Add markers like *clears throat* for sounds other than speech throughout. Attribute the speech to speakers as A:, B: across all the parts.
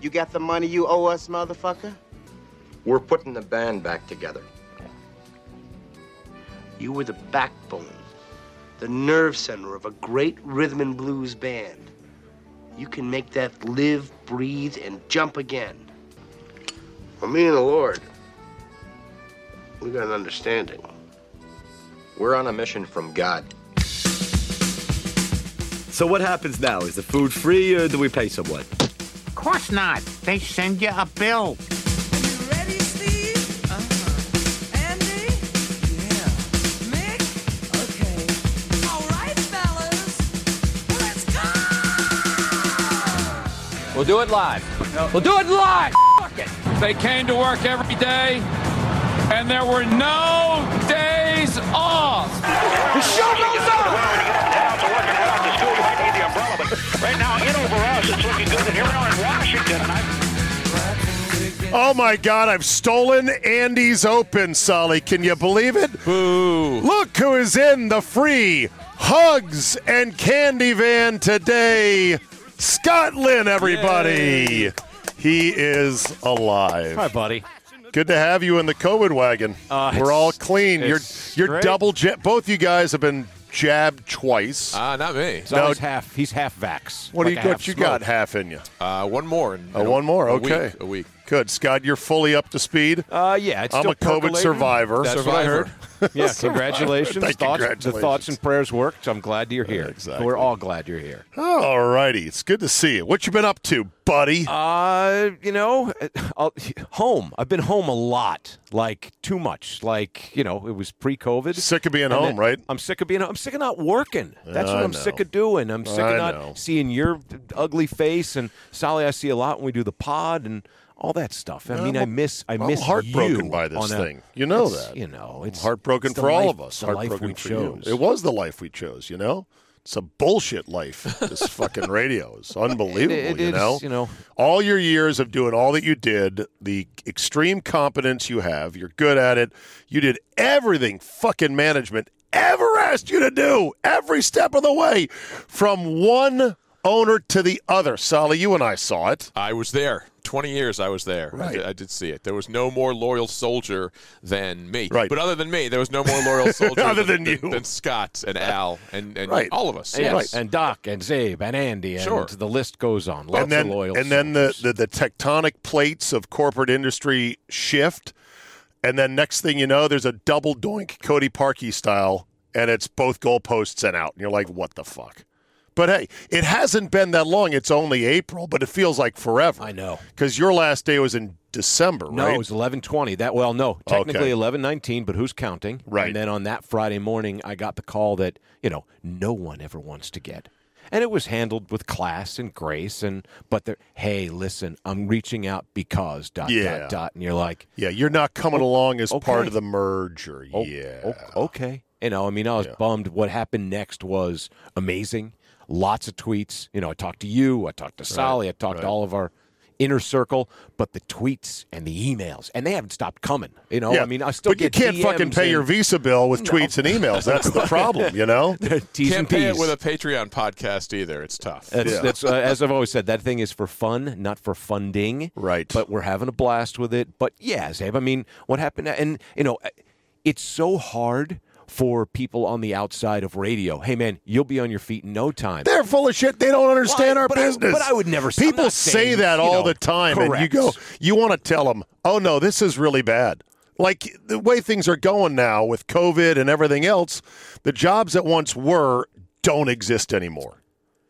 A: You got the money you owe us, motherfucker?
B: We're putting the band back together.
C: You were the backbone, the nerve center of a great rhythm and blues band. You can make that live, breathe, and jump again.
B: Well, me and the Lord,
C: We got an understanding.
B: we're on a mission from God.
D: So what happens now? Is the food free or do we pay someone?
E: Of course not. They send you a bill.
F: Ready, Steve? Uh-huh. Andy? Yeah. Mick? Okay. All right, fellas. Let's go!
G: We'll do it live. We'll do it live. Fuck it. They came to work every day, and there were no days off. The show goes on.
H: Right now, in over us, it's looking good, and here we are in Washington, and I'm
I: Oh my God, I've stolen Andy's Open, Solly. Can you believe it? Boo. Look who is in the free hugs and candy van today. Scott Lynn, everybody. He is alive.
J: Hi, buddy.
I: Good to have you in the COVID wagon. We're all clean. You're
J: it's
I: you're
J: great.
I: double jab. Both you guys have been jabbed twice.
K: Ah, not me.
J: So
I: No.
J: he's half. He's half vax.
I: what do
J: Like
I: you
J: a
I: what
J: half
I: you
J: smoke.
I: got half in you?
K: Uh, one more. and-
I: Uh, one more.
K: a
I: Okay.
K: Week, a week.
I: Good, Scott. You're fully up to speed.
J: Uh, yeah, it's
I: I'm
J: still
I: a COVID
J: percolating.
I: survivor.
K: That's what I heard.
J: *laughs* Yeah, congratulations.
I: Thank you,
J: thoughts, The
I: congratulations.
J: thoughts and prayers worked. I'm glad you're here.
I: Exactly.
J: We're all glad you're here.
I: All righty. It's good to see you. What you been up to, buddy?
J: Uh, you know, I'll, home. I've been home a lot, like too much. Like you know, it was pre-COVID.
I: Sick of being
J: And
I: home,
J: then-
I: right?
J: I'm sick of being. I'm sick of not working. That's
I: I
J: what I'm
I: know.
J: sick of doing. I'm sick
I: I
J: of not
I: know.
J: seeing your ugly face and Sally. I see a lot when we do the pod and all that stuff. I mean,
I: I'm-
J: I miss. I
I: I'm
J: miss
I: heartbroken
J: you
I: by this
J: on a-
I: thing. You know
J: it's-
I: that.
J: You know, it's
I: heartbroken
J: it's the
I: for all
J: life-
I: of us.
J: The life
I: heartbroken
J: we
I: for
J: chose.
I: you. It was the life we chose. You know, it's a bullshit
J: *laughs*
I: life. This fucking radio is unbelievable.
J: It- it
I: you
J: is,
I: know,
J: you know.
I: all your years of doing all that you did, the extreme competence you have, you're good at it. You did everything fucking management ever asked you to do, every step of the way, from one owner to the other. Sally, you and I saw it.
K: I was there. 20 years I was there. I,
I: Right.
K: did, I did see it. There was no more loyal soldier than me.
I: Right.
K: But other than me, there was no more loyal soldier
I: Other than you.
K: Than, Scott and Al and, and
I: Right.
K: all of us.
J: Yes,
K: Yes.
J: and Doc and Zabe and Andy and
K: Sure.
J: the list goes on. Lots
I: and then,
J: of loyal
I: and then the,
J: soldiers.
I: the, the tectonic plates of corporate industry shift. And then next thing you know, there's a double doink Cody Parkey style, and it's both goalposts and out. And you're like, what the fuck? But hey, it hasn't been that long. It's only April, but it feels like forever.
J: I know.
I: Because your last day was in December,
J: No,
I: right?
J: it was eleven twenty. That well, no, technically
I: Okay.
J: eleven nineteen, but who's counting?
I: Right.
J: And then on that Friday morning, I got the call that you know no one ever wants to get, and it was handled with class and grace. And but there, hey, listen, I'm reaching out because dot
I: Yeah.
J: dot dot, and you're like,
I: yeah, you're not coming along as part
J: Oh, okay.
I: of the merger.
J: oh,
I: yeah.
J: o- okay. You know, I mean, I was bummed. What happened next was amazing. Lots of tweets. You know, I talked to you. I talked to Sally. I talked to all of our, inner circle, but the tweets and the emails, and they haven't stopped coming. You know, I mean, I still
I: but you
J: get
I: can't
J: DMs
I: fucking pay
J: and-
I: your Visa bill with
J: No.
I: tweets and emails. That's
J: *laughs*
I: the problem, you know.
K: Can't pay it with a Patreon podcast either. It's tough.
J: That's, that's uh, as I've always said. That thing is for fun, not for funding. Right. But we're having a blast with it. But yeah, Zabe. I mean, what happened? And you know, it's so hard for people on the outside of radio. Hey, man, you'll be on your feet in no time.
I: They're full of shit. They don't understand
J: Well, I-
I: our
J: but I-
I: business.
J: but I would never- I'm
I: People
J: not
I: say
J: saying,
I: that
J: you
I: all
J: know,
I: the time, and you
J: correct.
I: go, you want to tell them, oh no, this is really bad. Like the way things are going now with COVID and everything else, the jobs that once were don't exist anymore.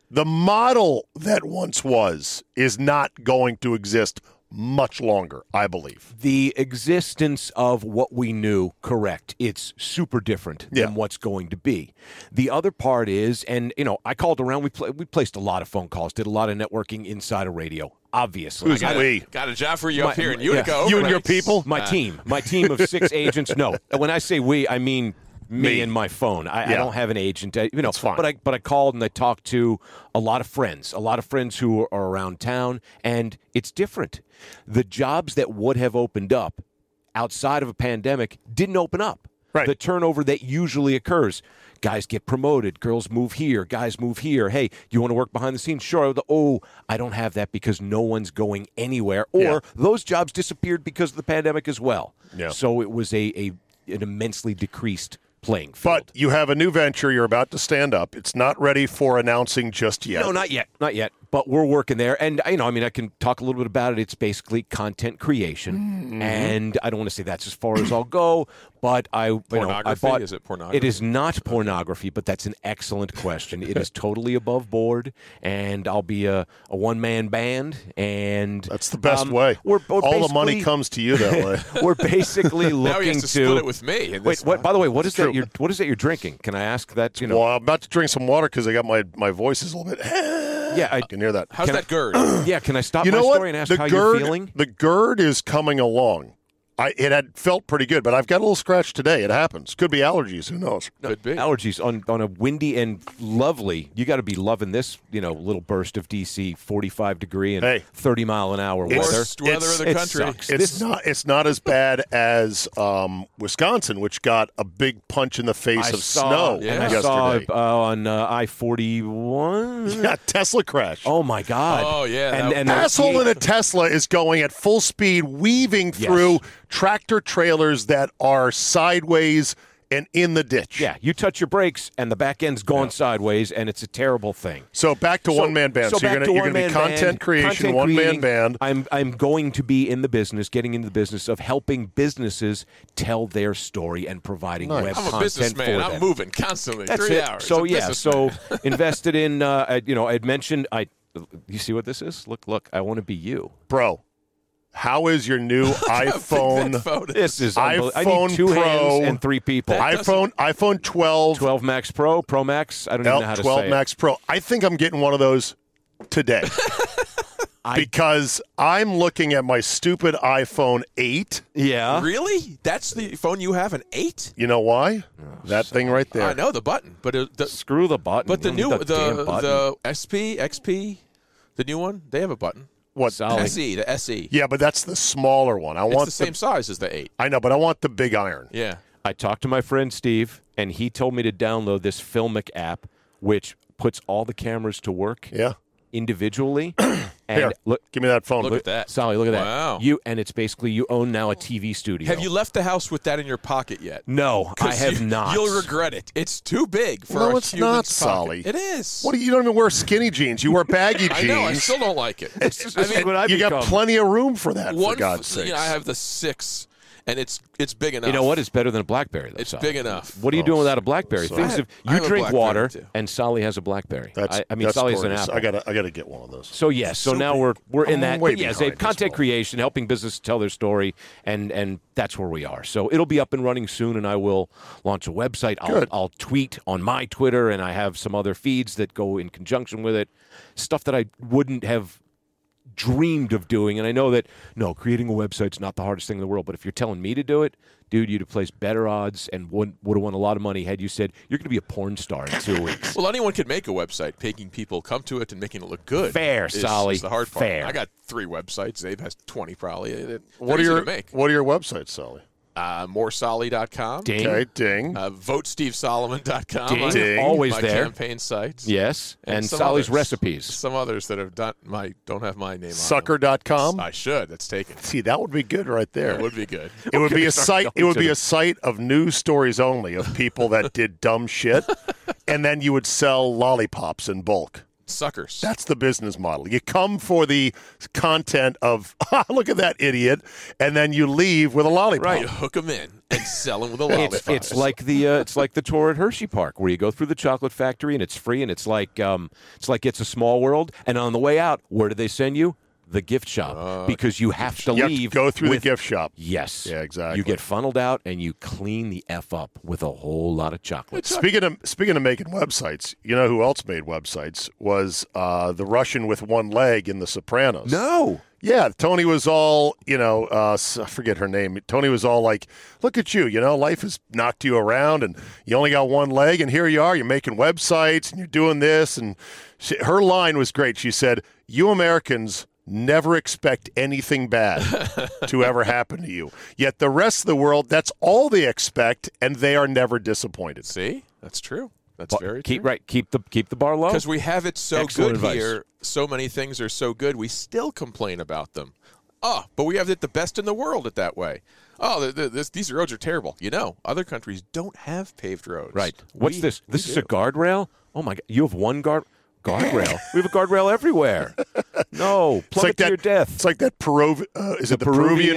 I: The model that once was is not going to exist much longer, I believe.
J: the existence of what we knew correct it's super different than what's going to be the other part is and you know i called around we, pla we placed a lot of phone calls did a lot of networking inside of radio obviously
K: I got, A, got a job for you up
J: My-
K: here in
J: my-
K: Utica.
J: yeah.
K: over there.
J: My
K: Uh,
J: team. My team of
K: *laughs*
J: six agents. No, when I say we, I mean me, and my phone. I, I
K: Yeah.
J: don't have an agent. I, you know, but I but I called and I talked to a lot of friends, a lot of friends who are, are around town, and it's different. The jobs that would have opened up outside of a pandemic didn't open up. Right. The turnover that usually occurs. Guys get promoted, girls move here, guys move here. Hey, you want to work behind the scenes? Sure. The- Oh, I don't have that because no one's going anywhere. Or
I: Yeah.
J: those jobs disappeared because of the pandemic as well.
I: Yeah.
J: So it was a, a an immensely decreased playing field.
I: But you have a new venture you're about to stand up. It's not ready for announcing just yet.
J: No, not yet, not yet. But we're working there, and you know, I mean, I can talk a little bit about it. It's basically content creation,
K: Mhm.
J: and I don't want to say that's as far as I'll go. But I, you know, I
K: Pornography?
J: bought.
K: Is it pornography?
J: It is not pornography, but that's an excellent question. It is totally above board, and I'll be a, a one man band, and that's the
I: best way.
J: Um, We're, we're
I: All the money
J: basically-
I: comes to you that way.
J: we're basically looking
K: Now he has to split it with me in
J: Wait,
K: this
J: what? By the way, what is
I: true.
J: that? You're, what is that you're drinking? Can I ask that? *laughs* You know,
I: Well, I'm about to drink some water because I got my my voice is a little bit. *laughs*
J: yeah, I
I: can hear that.
K: How's
J: Can I-
K: that GERD?
J: *coughs* yeah, can I stop
I: you know
J: my
I: what?
J: story and ask
I: the
J: how
I: gird,
J: you're feeling?
I: The gird is coming along. I it had felt pretty good, but I've got a little scratch today. It happens. Could be allergies. Who knows?
K: Could be
J: allergies on on a windy and lovely. You got to be loving this, you know, little burst of DC, 45 degree and 30 mile an hour
I: It's-
J: weather.
I: it's-
J: It sucks.
I: It's
J: This-
I: not. It's not as bad as um, Wisconsin, which got a big punch in the face
J: I
I: of
J: saw-
I: snow
J: and I
I: yesterday.
J: saw uh, on uh, I forty one.
I: *laughs* Yeah, Tesla crash.
J: Oh my God!
K: Oh, yeah,
J: and,
K: that-
J: and the-
I: asshole in a Tesla is going at full speed, weaving through tractor trailers that are sideways and in the ditch.
J: Yeah, you touch your brakes and the back end's gone sideways, and it's a terrible thing.
I: So back to
J: So-
I: one man band. So,
J: back
I: you're gonna
J: to
I: you're gonna be
J: one-man
I: content
J: band,
I: creation,
J: content
I: one man
J: creating.
I: band.
J: I'm I'm going to be in the business, getting into the business of helping businesses tell their story and providing web
K: I'm a
J: content
K: businessman.
J: for
K: I'm
J: them.
K: moving constantly.
J: That's
K: three
J: it.
K: hours.
J: So
K: I'm a
J: yeah, so
K: businessman.
J: *laughs* invested in. Uh, I, you know, I'd mentioned. I. You see what this is? Look, look. I want to be you,
I: bro. How is your
J: *laughs*
I: new
K: *laughs*
I: iPhone?
K: phone is-
J: This is
I: iPhone
J: unbelievable. I need two
I: Pro
J: hands and three people.
I: iPhone iPhone 12,
J: 12 Max Pro, Pro Max. I don't even know how to
I: 12
J: say it.
I: Max Pro. I think I'm getting one of those
J: *laughs*
I: today because I'm looking at my stupid iPhone 8.
J: Yeah.
K: really? That's the phone you have? An eight?
I: You know why?
J: Oh,
I: that thing right there.
K: I know the button, but it, the,
J: Screw the button.
K: but the
J: Mm,
K: new
J: the
K: the
J: damn
K: the,
J: button.
K: SP XP, the new one, they have a button.
I: What?
K: SE, the SE.
I: Yeah, but that's the smaller one. I
K: It's
I: want
K: the same size as the eight.
I: I know, but I want the big iron.
K: Yeah.
J: I talked to my friend Steve, and he told me to download this Filmic app, which puts all the cameras to work.
I: Yeah. *clears throat*
J: Individually, and
I: Here,
J: look, uh,
I: give me that phone.
K: Look at that.
J: Sally. Look at that.
K: Wow.
J: You and it's basically you own now a TV studio.
K: Have you left the house with that in your pocket yet?
J: No, I
K: *laughs* 'Cause
J: have
K: you-
J: not.
K: You'll
J: *laughs*
K: regret it. It's too big for
I: no,
K: a
I: it's
K: human's
I: not,
K: pocket.
I: Solly.
K: It is.
I: What do you, you don't even wear skinny jeans. You
K: *laughs*
I: wear baggy
K: I
I: jeans.
K: know. I still don't like it.
J: *laughs* It's-
K: I
J: it's
K: mean,
J: what I
I: you got
J: become.
I: plenty of room for that.
K: one.
I: for God's
K: f-
I: sake,
K: you know, I have the six, and it's it's big enough.
J: You know what? It's better than a BlackBerry. Though,
K: It's
J: Sally.
K: big enough.
J: What are you
I: Oh,
J: doing without a BlackBerry?
K: so-
J: Things
K: I-
J: have-
K: I have
J: you
K: a
J: drink
K: Blackberry,
J: water,
K: too.
J: and Sally has a Blackberry.
I: That's,
J: I, I mean,
I: that's
J: Sally's an
I: gorgeous.
J: apple.
I: I gotta, I gotta get one of those.
J: So yes, so, now we're we're in
I: I'm
J: that.
I: way
J: But yes,
I: behind
J: Abe,
I: as
J: content creation, helping businesses tell their story, and and that's where we are. So it'll be up and running soon, and I will launch a website. I'll,
I: Good.
J: I'll tweet on my Twitter, and I have some other feeds that go in conjunction with it. Stuff that I wouldn't have dreamed of doing. And I know that no, creating a website's not the hardest thing in the world. But if you're telling me to do it, dude, you'd have placed better odds and would would have won a lot of money had you said you're going to be a porn star in two
K: *laughs*
J: weeks.
K: Well, anyone could make a website. Making people come to it and making it look good.
J: Fair,
K: is,
J: Solly.
K: Is the hard part.
J: Fair.
K: I got three websites. Dave has twenty probably. It- it-
I: What
K: they're
I: are
K: easy
I: your
K: to make?
I: What are your websites, Sally?
K: Uh, moresolly.com.
I: Ding. Okay, ding.
K: Uh, VoteSteveSolomon.com.
J: Ding.
K: My-
J: Ding. Always
K: uh, my
J: there.
K: campaign sites.
J: Yes, and
K: some
J: Solly's
K: others.
J: recipes.
K: Some others that have done my don't have my name on
I: Sucker.com.
K: them. I should. That's taken.
I: See, that would be good right there.
K: That would be good.
I: It
K: *laughs*
I: would be a
K: Start
I: site. It
K: going
I: would
K: to
I: be
K: the-
I: a site of news stories only of people that did dumb
K: *laughs*
I: shit, and then you would sell lollipops in bulk.
K: Suckers.
I: That's the business model. You come for the content of *laughs* look at that idiot, and then you leave with a lollipop.
K: You hook them in and sell them with a lollipop.
J: It's, it's like the uh, it's like the tour at Hershey Park where you go through the chocolate factory and it's free and it's like um, it's like it's a small world and on the way out where do they send you the gift shop because you have to
I: Uh, You have to
J: leave
I: go through the
J: with-
I: gift shop.
J: yes
I: Yeah, exactly.
J: you get funneled out and you clean the f up with a whole lot of chocolate
I: Speaking of speaking of making websites, you know who else made websites was uh, the Russian with one leg in The Sopranos.
J: No.
I: Yeah, Tony was all, you know, uh, s- I forget her name. Tony was all like, look at you, you know, life has knocked you around and you only got one leg, and here you are, you're making websites and you're doing this. And she, her line was great. She said, You Americans never expect anything bad to ever happen to you. Yet the rest of the world, that's all they expect, and they are never disappointed.
K: See, that's true. That's very
J: keep
K: true.
J: right keep the keep the bar low
K: Because we have it so
J: Oh, Excellent
K: good
J: advice.
K: here, so many things are so good, we still complain about them. Oh, but we have it the best in the world at that way. Oh, the, the, this, these roads are terrible. You know, other countries don't have paved roads.
J: right what's
K: We-
J: this
K: we
J: this is
K: do.
J: a guardrail oh my god you have one guard
I: *laughs*
J: guardrail we have a guardrail everywhere no plummet
I: like
J: to
I: that-
J: your death
I: It's like that Peruv- uh, is it the
J: Peruvian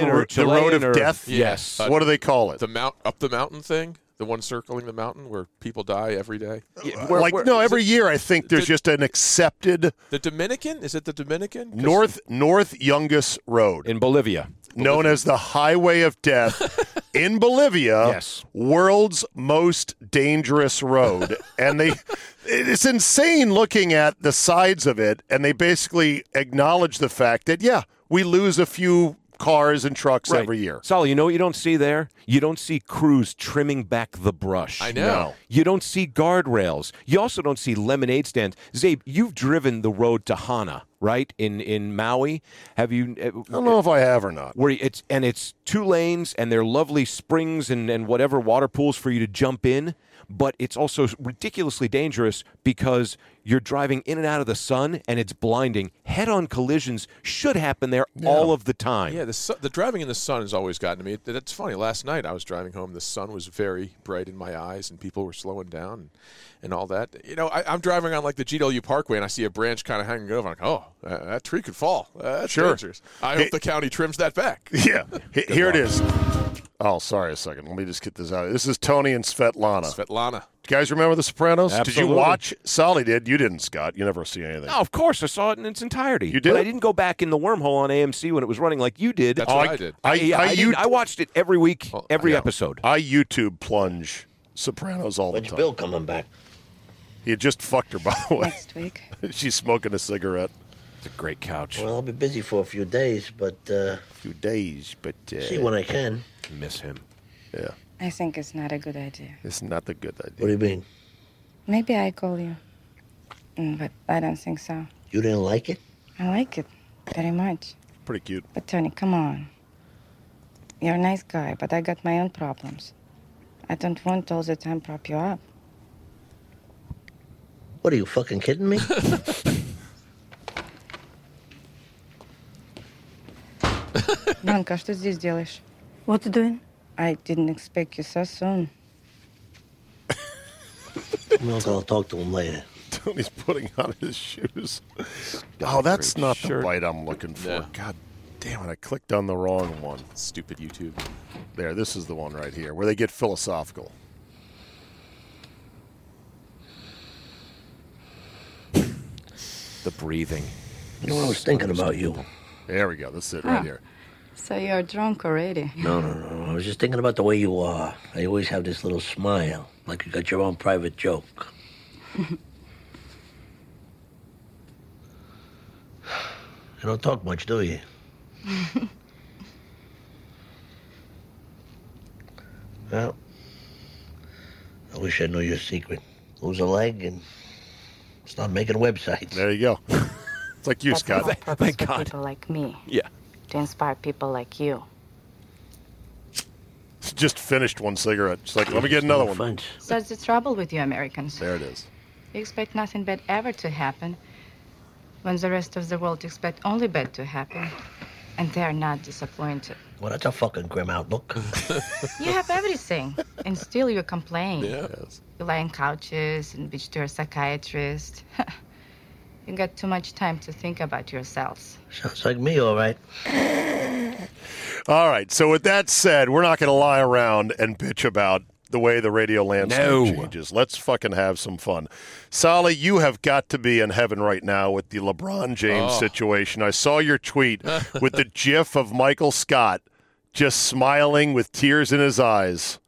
I: Peruvian,
J: or
I: ro- the road
J: Chilean
I: of
J: or-
I: death?
J: Yeah. Yes.
I: what do they call it?
K: The mount up the mountain thing, the one circling the mountain where people die every day.
J: where-
I: like
J: where-
I: no,
K: is
I: every
K: it-
I: year I think there's
K: the-
I: just an accepted
K: The Dominican is it the Dominican? 'Cause
I: north North Youngus Road,
J: in Bolivia
I: known as the Highway of Death, in Bolivia.
J: Yes.
I: world's most dangerous road, and they. It's insane looking at the sides of it, and they basically acknowledge the fact that yeah, we lose a few cars and trucks
J: Right.
I: every year.
J: Sol, you know what you don't see there? You don't see crews trimming back the brush.
K: I know. No.
J: You don't see guardrails. You also don't see lemonade stands. Zabe, you've driven the road to Hana, right? In in Maui. Have you eh,
I: I don't know if I have or
J: *laughs*
I: not.
J: where it's and it's two lanes and they're lovely springs and, and whatever water pools for you to jump in but it's also ridiculously dangerous because you're driving in and out of the sun and it's blinding head-on collisions should happen there all of the time
K: Yeah, the su- the driving in the sun has always gotten to me. It- That's funny. Last night I was driving home. The sun was very bright in my eyes, and people were slowing down and, and all that. You know, I, I'm driving on like the GW Parkway, and I see a branch kind of hanging over. I'm like, oh, uh, that tree could fall. Uh, that's
I: Sure.
K: dangerous. I hope
I: It-
K: the county trims that back. *laughs*
I: Yeah. H- Here it is. Oh, sorry a second. Let me just get this out. This is Tony and Svetlana.
K: Svetlana.
I: Do you guys remember The Sopranos? Did
J: Absolutely.
I: you watch? Solly did. You didn't, Scott. You never see anything.
J: No, Oh, of course I saw it in its entirety.
I: You
J: But
I: did?
J: I didn't go back in the wormhole on AMC when it was running like you did.
K: That's
I: Oh,
K: what I, did.
J: I,
I: I-
J: I,
I: I-
J: didn't-
I: you-
J: I watched it every week, every
K: yeah.
J: episode.
I: I YouTube plunge Sopranos all the time.
B: coming back?
I: He had just fucked her, by the way.
L: Next week.
I: *laughs* She's smoking a cigarette.
J: It's a great couch.
B: I'll be busy for a few days, but uh,
I: A few days, but uh,
B: I can.
J: Miss him.
I: yeah,
L: I think it's not a good idea.
I: it's not a good idea.
B: you mean?
L: Maybe I call you. Mm, But I don't think so.
B: You didn't like it?
L: I like it very much.
I: Pretty cute.
L: But Tony, come on. You're a nice guy, but I got my own problems. I don't want all the time prop you up.
B: What are you fucking kidding
K: *laughs*
B: me?
L: Данка, что здесь делаешь?
M: What you doing?
L: I didn't expect you so soon.
B: well, I'll talk to him later.
I: Tony's putting on his shoes. Oh, that's
J: great
I: not
J: shirt.
I: the bite I'm looking for.
K: No.
I: God damn it! I clicked on the wrong one.
K: Stupid YouTube.
I: There, this is the one right here where they get philosophical.
J: The breathing.
B: You know, I was thinking about you.
I: There we go. That's it right
L: Ah.
I: here.
L: So you're drunk already.
B: No, no, no. I was just thinking about the way you are. I always have this little smile, like you got your own private joke. You don't talk much, do you? well, I wish I knew your secret. Lose a leg and start making websites. There
I: you go. *laughs* it's like
L: That's the whole purpose for people like me
J: *laughs* Yeah.
L: to inspire people like you.
I: Just finished one cigarette. She's like, let me get another one.
L: Such the trouble with you Americans.
I: There it is.
L: You expect nothing bad ever to happen, when the rest of the world expect only bad to happen, and they are not disappointed.
B: Well, that's a fucking grim outlook.
L: You have everything, and still you complain.
B: Yes.
L: You lie on couches and bitch to your psychiatrist. you got too much time to think about yourselves.
B: Sounds like me, all right.
I: All right. So with that said, we're not going to lie around and bitch about the way the radio landscape
J: No.
I: changes. Let's fucking have some fun. Sally, you have got to be in heaven right now with the LeBron James
J: Oh.
I: situation. I saw your tweet with the gif of Michael Scott just smiling with tears in his eyes,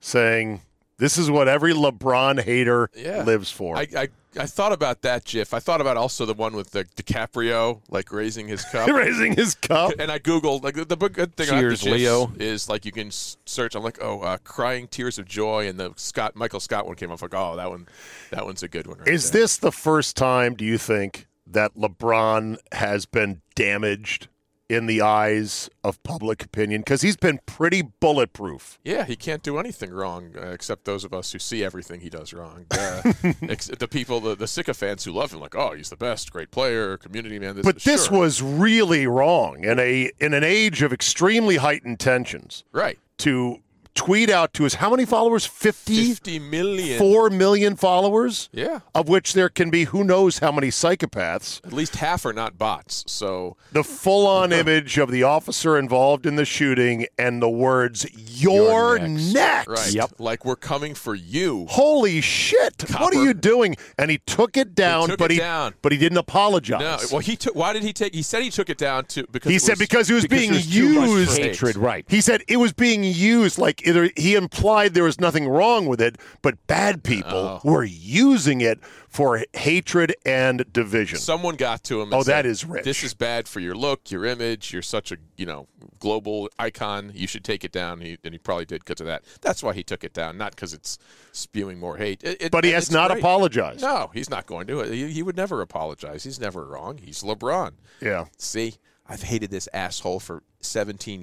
I: saying, "This is what every LeBron hater
K: Yeah.
I: lives for." *laughs*
K: I, I, I thought about that GIF. I thought about also the one with the DiCaprio like raising his cup,
J: *laughs*
I: Raising his cup.
K: And I googled like the, the big good thing about the
J: Cheers,
K: GIFs
J: Leo.
K: is like you can s- search. I'm like, oh, uh, crying tears of joy, and the Scott Michael Scott one came up. Like, oh, that one, that one's a good one. Right
I: Is this the first time, do you think, that LeBron has been damaged in the eyes of public opinion? Because he's been pretty bulletproof.
K: Yeah, he can't do anything wrong uh, except those of us who see everything he
I: *laughs*
K: does wrong. Uh, ex- the people, the, the sycophants who love him, like, oh, he's the best, great player, community man. This,
I: but this
K: sure.
I: was really wrong in a in an age of extremely heightened tensions.
K: Right.
I: To tweet out to his how many followers? 50?
K: 50 million.
I: Four million followers?
K: Yeah.
I: Of which there can be who knows how many psychopaths.
K: At least half are not bots. So
I: The full
K: *laughs*
I: on image of the officer involved in the shooting and the words, Your, next.
K: Right. Like we're coming for you.
I: Holy shit! What are you doing? And he took it down,
K: took
I: but
K: it
I: he
K: down.
I: but he didn't apologize.
K: No. Well, he took. Why did he take? He said he took it down to because
I: he
K: it
I: said
K: was-
I: because he was being
K: there's too much
I: used.
K: hate.
I: He said it was being used like either he implied there was nothing wrong with it, but bad people were using it for hatred and division.
K: Someone got to him. And
I: Oh,
K: said,
I: that is rich.
K: This is bad for your look, your image. You're such a you know global icon. You should take it down. He, and he probably did because of that. That's why he took it down, not because it's spewing more hate. It- it-
I: But he
K: and
I: has
K: it's
I: not
K: great.
I: apologized.
K: No, he's not going to. He, he would never apologize. He's never wrong. He's LeBron.
I: Yeah.
K: See, I've hated this asshole for 17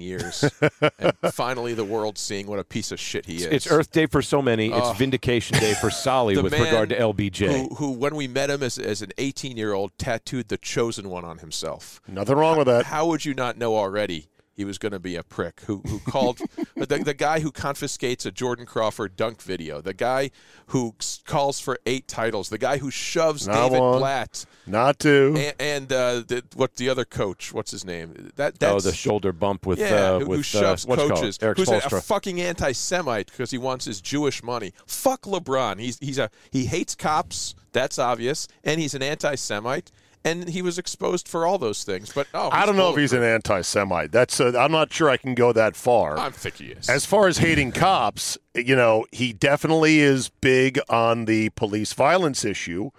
I: *laughs*
K: years, and finally the world's seeing what a piece of shit he is.
J: It's Earth Day for so many.
K: Oh.
J: It's Vindication Day for
K: *laughs*
J: Solly
K: The
J: with
K: man
J: regard to LBJ.
K: Who, who, when we met him as, as an 18 year old, tattooed the chosen one on himself.
I: Nothing wrong with that.
K: How would you not know already he was going to be a prick? Who, who called *laughs* the, the guy who confiscates a Jordan Crawford dunk video, the guy who s- calls for eight titles, the guy who shoves
I: Not
K: David
I: one,
K: Blatt,
I: not two.
K: and, and uh, the, what the other coach? What's his name? That
J: oh,
K: that's,
J: the shoulder bump with
K: yeah,
J: uh,
K: who,
J: with
K: who shoves
J: uh, what's it called?
K: coaches,
J: Eric
K: who's a, a
J: Spoelstra.
K: fucking anti-Semite because he wants his Jewish money. Fuck LeBron. He's he's a he hates cops. That's obvious, and he's an anti-Semite, and he was exposed for all those things. But oh,
I: I don't know if he's an anti-Semite. That's uh, I'm not sure I can go that far.
K: I'm think he is.
I: As far as hating cops, you know, he definitely is big on the police violence issue,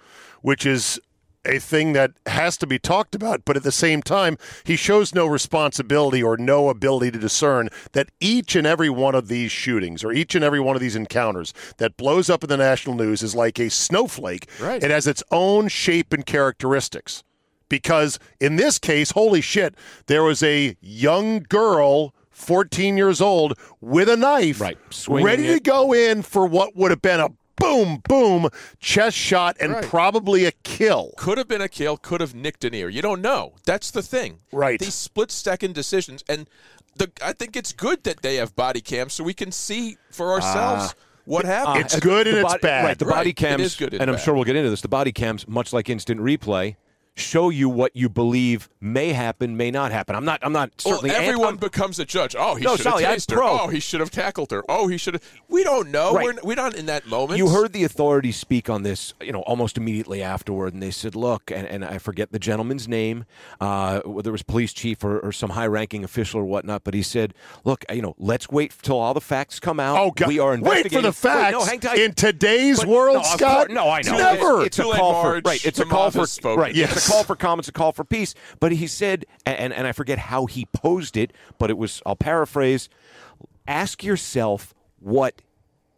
I: which is a thing that has to be talked about. But at the same time, he shows no responsibility or no ability to discern that each and every one of these shootings or each and every one of these encounters that blows up in the national news is like a snowflake.
K: Right.
I: It has its own shape and characteristics. Because in this case, holy shit, there was a young girl, 14 years old, with a knife, right.
J: swinging
I: ready to
J: it.
I: go in for what would have been a boom, boom chest shot and
K: Right.
I: probably a kill.
K: Could have been a kill, could have nicked an ear. You don't know. That's the thing.
I: Right.
K: These split second decisions. And the, I think it's good that they have body cams so we can see for ourselves
J: Ah.
K: what happened.
J: Ah, the body- Right, the body cams,
K: It is good and,
J: and I'm
K: bad.
J: sure we'll get into this. The body cams, much like instant replay, show you what you believe may happen, may not happen. I'm not. I'm not
K: Well,
J: certainly.
K: Oh, everyone
J: anti-
K: becomes a judge. Oh, he
J: No,
K: should have
J: Sally, I'm
K: tased her.
J: pro.
K: Oh, he should have tackled her. Oh, he should have. We don't know.
J: Right.
K: We're, we're not in that moment.
J: You heard the authorities speak on this, you know, almost immediately afterward, and they said, "Look," and, and I forget the gentleman's name, uh, whether it was police chief or, or some high-ranking official or whatnot, but he said, "Look, you know, let's wait till all the facts come out.
I: Oh, God.
J: we are
I: Wait for
J: investigating.
I: the facts.
J: no, hang tight.
I: In today's
J: But-
I: world,
J: no, of
I: Scott?
J: course- no, I know.
I: Never.
J: It's, it's a call for
K: Marge,
J: right. It's
K: the
J: a call
K: mob
J: for
K: has spoken.
J: right.
I: Yes.
J: It's not a call for comments, a call for peace. But he said, and, and I forget how he posed it, but it was, I'll paraphrase ask yourself what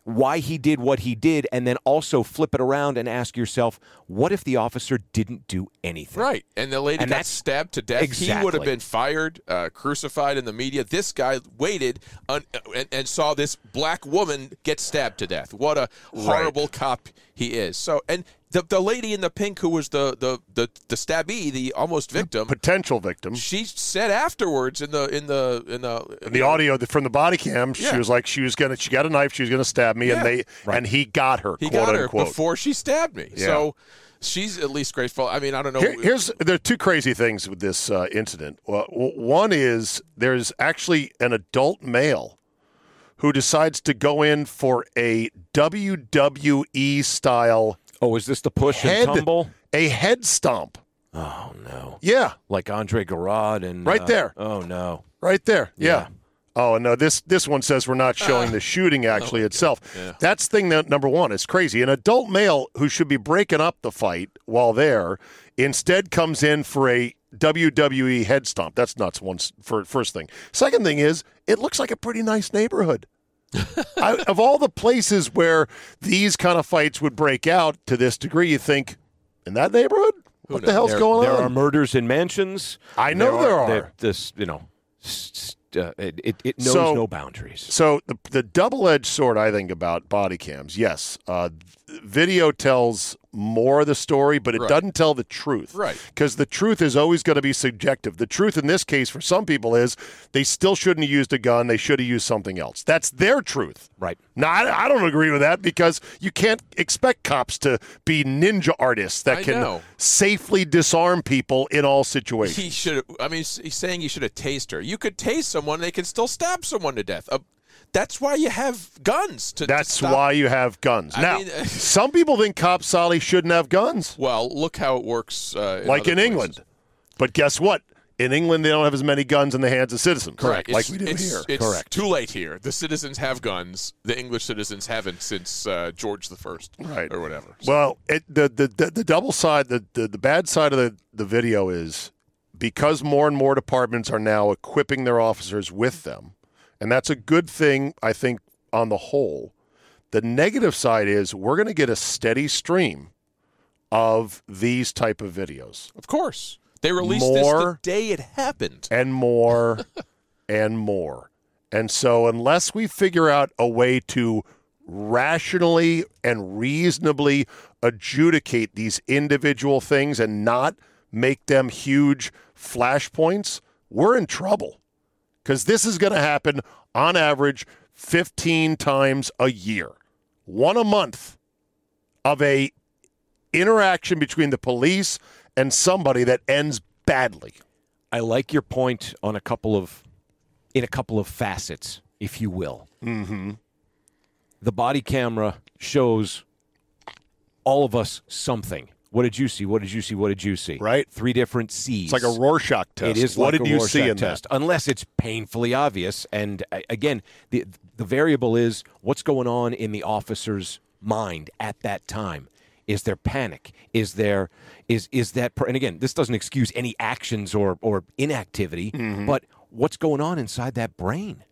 J: why he did what he did and then also flip it around and ask yourself what if the officer didn't do anything
K: Right, and the lady
J: And
K: got
J: that's-
K: stabbed to death. He would have
J: Exactly.
K: been fired, uh, crucified in the media. This guy waited un- uh, and, and saw this black woman get stabbed to death. What a horrible cop he is. So, and the, the lady in the pink who was the the the, the stabbee, the almost victim,
I: potential victim.
K: She said afterwards in the in the in the
I: And the audio th- from the body cam, she
K: Yeah.
I: was like, she was gonna, she got a knife, she was gonna stab me,
K: Yeah.
I: and they, and he got her,
K: he
I: quote
K: got her
I: unquote.
K: before she stabbed me.
I: Yeah.
K: So she's at least grateful. I mean, I don't know.
I: Here- here's there are two crazy things with this uh, incident. Well, w- one is there's actually an adult male who decides to go in for a WWE style.
J: Oh, is this the push
I: head,
J: and tumble?
I: A head stomp.
J: Oh no!
I: Yeah,
J: like Andre Garrod and
I: Right
J: uh,
I: there.
J: Oh no!
I: Right there. Yeah. Oh no! This this one says we're not showing
J: *laughs*
I: the shooting actually itself.
J: Yeah.
I: That's thing that number one is crazy. An adult male who should be breaking up the fight while there instead comes in for a WWE head stomp. That's nuts. One s- for first thing. Second thing is it looks like a pretty nice
J: *laughs*
I: neighborhood. I, of all the places where these kind of fights would break out to this degree, you think in that neighborhood?
J: Who
I: What the
J: knows?
I: hell's
J: there,
I: going
J: there
I: on?
J: There are murders in mansions.
I: um, I know there are.
J: there- This, you know, s- s- uh, it, it, it knows
I: So-
J: no boundaries.
I: So the the double edged sword I think about body cams. Yes, uh, video tells more of the story, but it
K: Right.
I: doesn't tell the truth.
K: Right.
I: Because the truth is always going to be subjective. The truth in this case for some people is they still shouldn't have used a gun. They should have used something else. That's their truth.
J: Right.
I: Now I, I don't agree with that because you can't expect cops to be ninja artists that
K: I
I: can
K: know.
I: safely disarm people in all situations.
K: He should. I mean, s- he's saying you should have tased her. You could tase someone; they can still stab someone to death. Uh, that's why you have guns. To, to
I: That's
K: stop-
I: why you have guns.
K: I
I: now,
K: mean, *laughs*
I: some people think cops Solly shouldn't have guns,
K: Well, look how it works. Uh, in
I: like
K: other
I: in
K: places.
I: England. But guess what? In England, they don't have as many guns in the hands of citizens.
K: correct?
I: Like
K: It's-
I: we do
K: it's,
I: here.
K: It's Too late here. The citizens have guns. The English citizens haven't since uh, George the First, right, or whatever.
I: Well, it, the, the the the double side, the, the the bad side of the the video is because more and more departments are now equipping their officers with them, and that's a good thing, I think, on the whole. The negative side is we're going to get a steady stream of these type of videos.
K: Of course, they released
I: More-
K: this the day it happened.
I: and more and more. And so, unless we figure out a way to rationally and reasonably adjudicate these individual things and not make them huge flashpoints, we're in trouble because this is going to happen on average 15 times a year, one a month of a interaction between the police and somebody that ends badly.
J: I like your point on a couple of, in a couple of facets, if you will.
I: Mm-hmm.
J: The body camera shows all of us something. What did you see? What did you see? What did you see? Right. Three different
I: It's
J: C's.
I: like a Rorschach test.
J: It is.
I: What
J: like
I: did
J: a
I: you
J: Rorschach
I: see in
J: test,
I: that?
J: Unless it's painfully obvious, and a- again, the the variable is what's going on in the officer's mind at that time. Is there panic? Is there is is that? Per- and again, this doesn't excuse any actions or or inactivity,
I: Mm-hmm.
J: but what's going on inside that brain?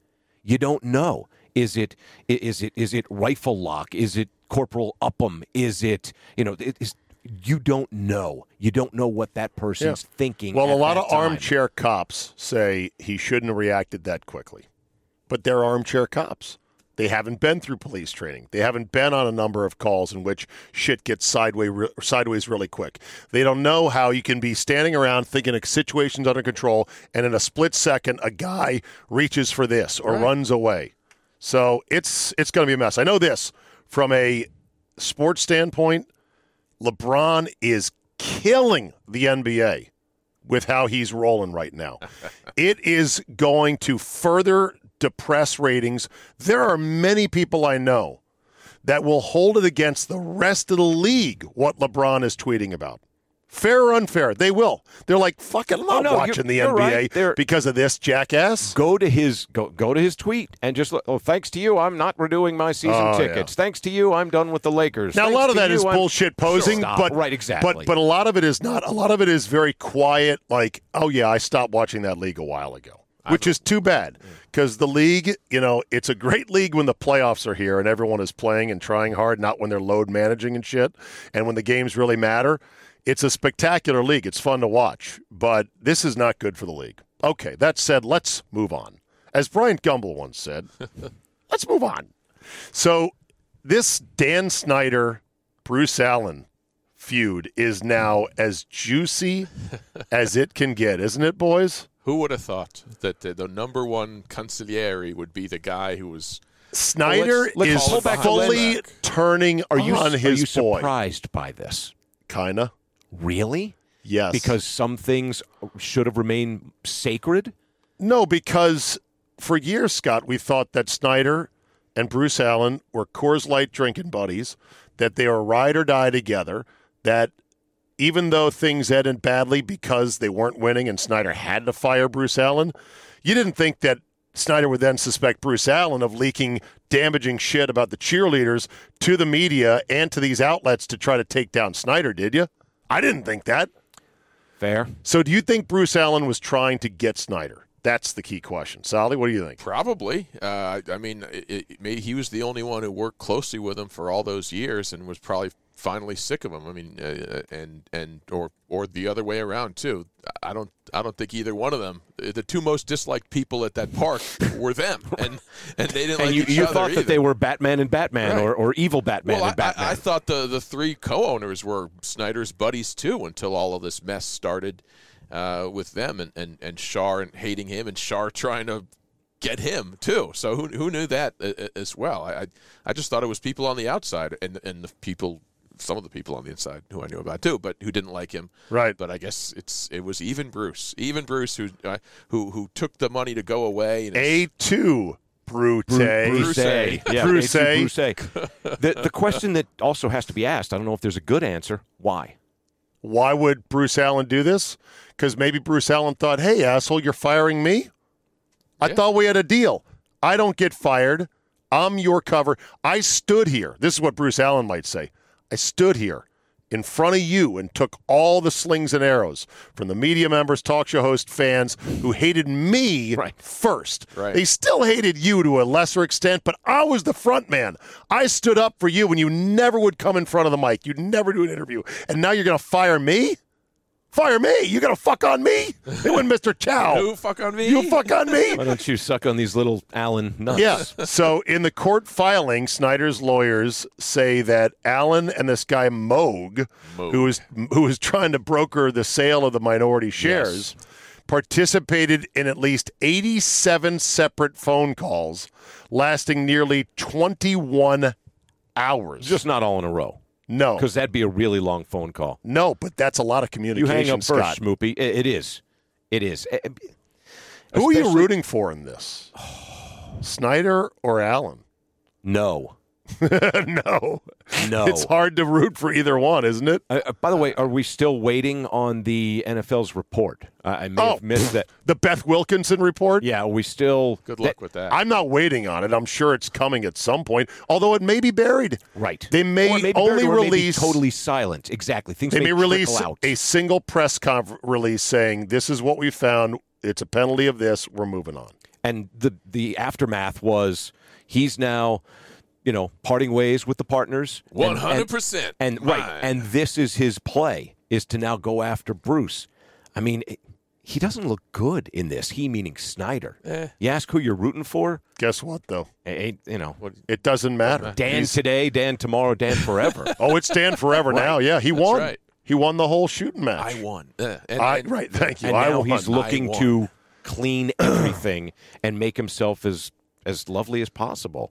J: You don't know. Is it i- is it is it rifle lock? Is it corporal upham? Is it you know? It is you don't know. You don't know what that person's
I: Yeah.
J: thinking.
I: Well, a
J: at
I: lot
J: that
I: of
J: time.
I: armchair cops say he shouldn't have reacted that quickly, but they're armchair cops. They haven't been through police training. They haven't been on a number of calls in which shit gets sideways re- sideways really quick. They don't know how you can be standing around thinking a situation's under control, and in a split second, a guy reaches for this or runs away. So it's it's going to be a mess. I know this from a sports standpoint. LeBron is killing the NBA with how he's rolling right now.
J: *laughs*
I: it is going to further depress ratings. There are many people I know that will hold it against the rest of the league what LeBron is tweeting about. Fair or unfair, they will. They're like, fuck it, I'm
J: Oh,
I: not
J: no, you're-
I: watching the
J: you're
I: NBA
J: right. They're-
I: because of this jackass.
J: Go to his go go to his tweet and just look, oh, thanks to you, I'm not renewing my season
I: Oh, yeah.
J: tickets. Thanks to you, I'm done with the Lakers.
I: Now a
J: Thanks
I: lot of
J: to
I: that
J: you,
I: is
J: I'm-"
I: bullshit posing,
J: Stop.
I: but
J: right, exactly.
I: But but a lot of it is not. A lot of it is very quiet. Like, oh yeah, I stopped watching that league a while ago, which is too bad
J: Mm.
I: because the league, you know, it's a great league when the playoffs are here and everyone is playing and trying hard, not when they're load managing and shit, and when the games really matter. It's a spectacular league. It's fun to watch, but this is not good for the league. Okay, that said, let's move on. As Brian Gumble once said, *laughs* let's move on. So this Dan Snyder, Bruce Allen feud is now as juicy as it can get, isn't it, boys?
K: Who would have thought that the, the number one consigliere would be the guy who was
I: Snyder
K: Well, let's- let's
I: is
K: call it behind
I: fully
K: the back.
I: turning
J: Are
I: are
J: you
I: on
J: are
I: his
J: you
I: boy.
J: surprised by this?
I: Kinda.
J: Really?
I: Yes.
J: Because some things should have remained sacred.
I: No, because for years, Scott, we thought that Snyder and Bruce Allen were Coors Light drinking buddies, that they were ride or die together, that even though things ended badly because they weren't winning and Snyder had to fire Bruce Allen, you didn't think that Snyder would then suspect Bruce Allen of leaking damaging shit about the cheerleaders to the media and to these outlets to try to take down Snyder, did you? I didn't think that.
J: Fair.
I: So, do you think Bruce Allen was trying to get Snyder? That's the key question. Sally, what do you think?
K: Probably. Uh, I- I mean, it, it, may- he was the only one who worked closely with him for all those years, and was probably finally sick of him. I mean, uh, and and or or the other way around too. I don't I don't think either one of them. The two most disliked people at that park were
J: *laughs*
K: them, and and they didn't
J: and
K: like
J: you,
K: each
J: you
K: other
J: thought
K: either.
J: that they were Batman and Batman,
K: Right.
J: or, or evil Batman
K: well,
J: and Batman.
K: I, I, I thought the, the three co-owners were Snyder's buddies too until all of this mess started uh, with them and, and, and Shar and hating him and Shar trying to get him too. So who, who knew that uh, uh, as well? I, I I just thought it was people on the outside and and the people some of the people on the inside who I knew about too, but who didn't like him.
I: Right.
K: But I guess it's it was even Bruce, even Bruce who uh, who who took the money to go away. And
I: A two Brute.
J: Bruce. Yeah,
I: Bruce.
J: Bruce. The, the question that also has to be asked, I don't know if there's a good answer. Why?
I: Why would Bruce Allen do this? Because maybe Bruce Allen thought, hey, asshole, you're firing me? I thought we had a deal. I don't get fired. I'm your cover. I stood here. This is what Bruce Allen might say. I stood here in front of you and took all the slings and arrows from the media members, talk show host, fans who hated
K: *laughs*
I: me first.
K: Right.
I: They still hated you to a lesser extent, but I was the front man. I stood up for you when you never would come in front of the mic. You'd never do an interview. And now you're going to fire me? Fire me. You're going to fuck on me? It went Mr. Chow.
K: Who fuck on me?
I: You fuck
K: *laughs*
I: on me?
J: Why don't you suck on these little Allen nuts?
I: Yes. *laughs* So in the court filing, Snyder's lawyers say that Allen and this guy Moog, who is who is trying to broker the sale of the minority shares, participated in at least 87 separate phone calls lasting nearly 21 hours.
J: Just not all in a row.
I: No.
J: Because that'd be a really long phone call.
I: No, but that's a lot of
J: You
I: communication,
J: hang up
I: Scott.
J: first, Smoopy. I- it is. It is. Eh, eh,
I: Who are you
J: especially-
I: rooting for in
J: *sighs*
I: this? Snyder or Allen? *laughs*
J: No.
I: no.
J: No.
I: It's hard to root for either one, isn't it?
J: Uh, uh, by the way, are we still waiting on the NFL's report? I I may
I: Oh,
J: have missed that.
I: The Beth Wilkinson report?
J: Yeah, we still.
K: Good luck with that.
I: I'm not waiting on it. I'm sure it's coming at some point, although it may be buried.
J: Right.
I: They may
J: Or maybe
I: only
J: buried or maybe
I: release
J: totally silent. Exactly. Things
I: they
J: may
I: may
J: trickle
I: release
J: out.
I: a single press conf- release saying this is what we found. It's a penalty of this. We're moving on.
J: and the the aftermath was he's now you know parting ways with the partners and- and-
K: 100%
J: and, right and this is his play is to now go after bruce i mean it, he doesn't look good in this he meaning snyder
K: Eh.
J: you ask who you're rooting for
I: Guess what though?
J: it ain't you know
I: It doesn't matter.
J: dan
I: He's-
J: today dan tomorrow dan forever
I: *laughs* oh, it's Dan forever now.
J: *laughs* Right.
I: Yeah, he
J: That's
I: won.
J: right.
I: He won the whole shooting match.
K: I won. Uh, and-
I: I-
K: and-
I: right. Thank you.
J: and
I: I
J: now
I: won.
J: he's looking
I: I won.
J: to
I: *clears throat*
J: clean everything and make himself as as lovely as possible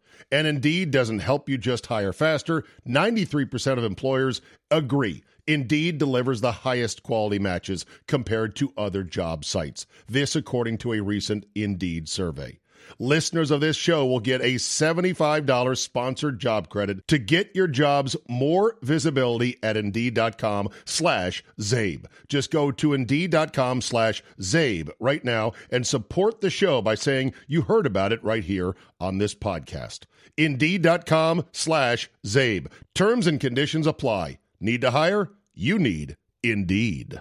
I: And Indeed doesn't help you just hire faster. 93% of employers agree. Indeed delivers the highest quality matches compared to other job sites. This, according to a recent Indeed survey. Listeners of this show will get a $75 sponsored job credit to get your jobs more visibility at Indeed.com slash Zabe. Just go to Indeed.com slash Zabe right now and support the show by saying you heard about it right here on this podcast. Indeed.com slash Zabe. Terms and conditions apply. Need to hire? You need Indeed.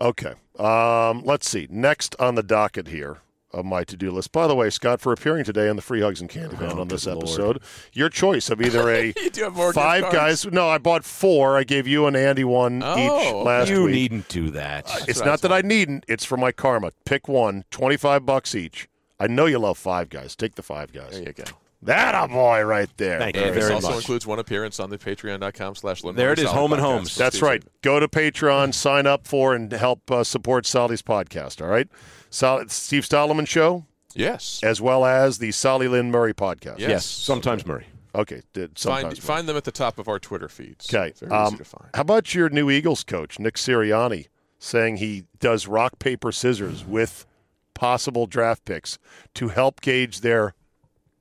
I: Okay. Um, let's see. Next on the docket here of my to-do list. By the way, Scott, for appearing today on the Free Hugs and Candy
K: Oh,
I: Van on this episode, your choice of
K: *laughs*
I: either a
K: do have more gift
I: five
K: cards.
I: guys. No, I bought four. I gave you and Andy one
K: Oh,
I: each last
J: you
I: week.
J: needn't do that.
I: it's not that I needn't. It's for my karma. Pick one. Twenty-five bucks each. I know you love Five Guys. Take the Five Guys. There
K: you go.
I: That a boy right there.
K: And this also includes one appearance on the patreon.com slash Lynn
I: There it
K: Martin
I: is,
K: Solid
I: home and
K: Podcast.
I: homes. That's right. Go to Patreon, sign up for, and help uh, support Sally's podcast. All right, Sol- Steve Solomon show.
K: Yes,
I: as well as the Solly Lynn Murray podcast.
K: Yes. Yes,
J: sometimes Murray.
I: Okay, did
K: Find,
I: sometimes.
K: find them at the top of our Twitter feeds.
I: Murray. Okay,
K: Very
I: um,
K: easy to find.
I: how about your new Eagles coach Nick Sirianni saying he does rock paper scissors with possible draft picks to help gauge their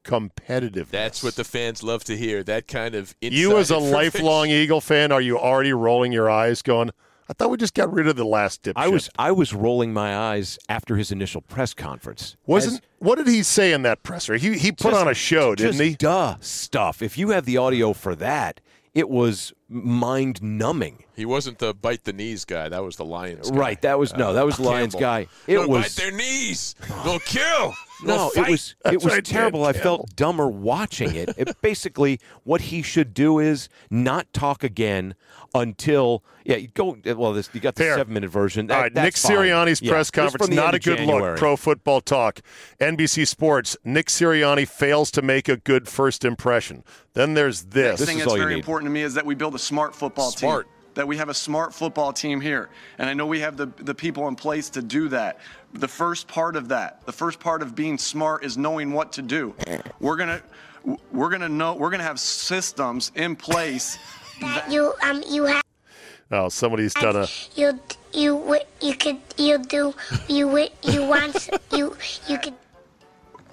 I: competitiveness?
K: That's what the fans love to hear. That kind of inside
I: You, as a
K: information.
I: lifelong Eagle fan, are you already rolling your eyes, going, "I thought we just got rid of the last dipshit"?
J: I was I was rolling my eyes after his initial press conference.
I: Wasn't what did he say in that presser? He he put
J: Just-
I: on a show, didn't
J: just
I: he?
J: Duh stuff. If you have the audio for that, it was mind numbing.
K: He wasn't the bite the knees guy. That was the Lions. guy.
J: Right, that was- no, that was
K: Campbell.
J: Lions guy. It
K: They'll
J: was-
K: bite their knees. They'll kill.
J: *sighs* No,
K: They'll
J: it was
K: fight.
J: it was terrible. I felt dumber watching it.
I: *laughs*
J: It- Basically, what he should do is not talk again until yeah. You go well. This you got the seven minute version. That-
I: All right,
J: that's
I: Nick
J: fine.
I: Sirianni's
J: Yeah,
I: press
J: this was
I: conference
J: from the
I: not
J: end
I: a
J: of
I: good
J: January.
I: look. Pro Football Talk, NBC Sports. Nick Sirianni fails to make a good first impression. Then there's this.
M: Next thing that's very important to me is that we build a smart football
I: Smart.
M: team. That we have a smart football team here. And I know we have the, the people in place to do that. The first part of that, the first part of being smart is knowing what to do. We're gonna we're gonna know we're gonna have systems in place
N: that you um you have
I: Oh, somebody's done a. *laughs*
N: you you wi- you could you do you wi- you want you you could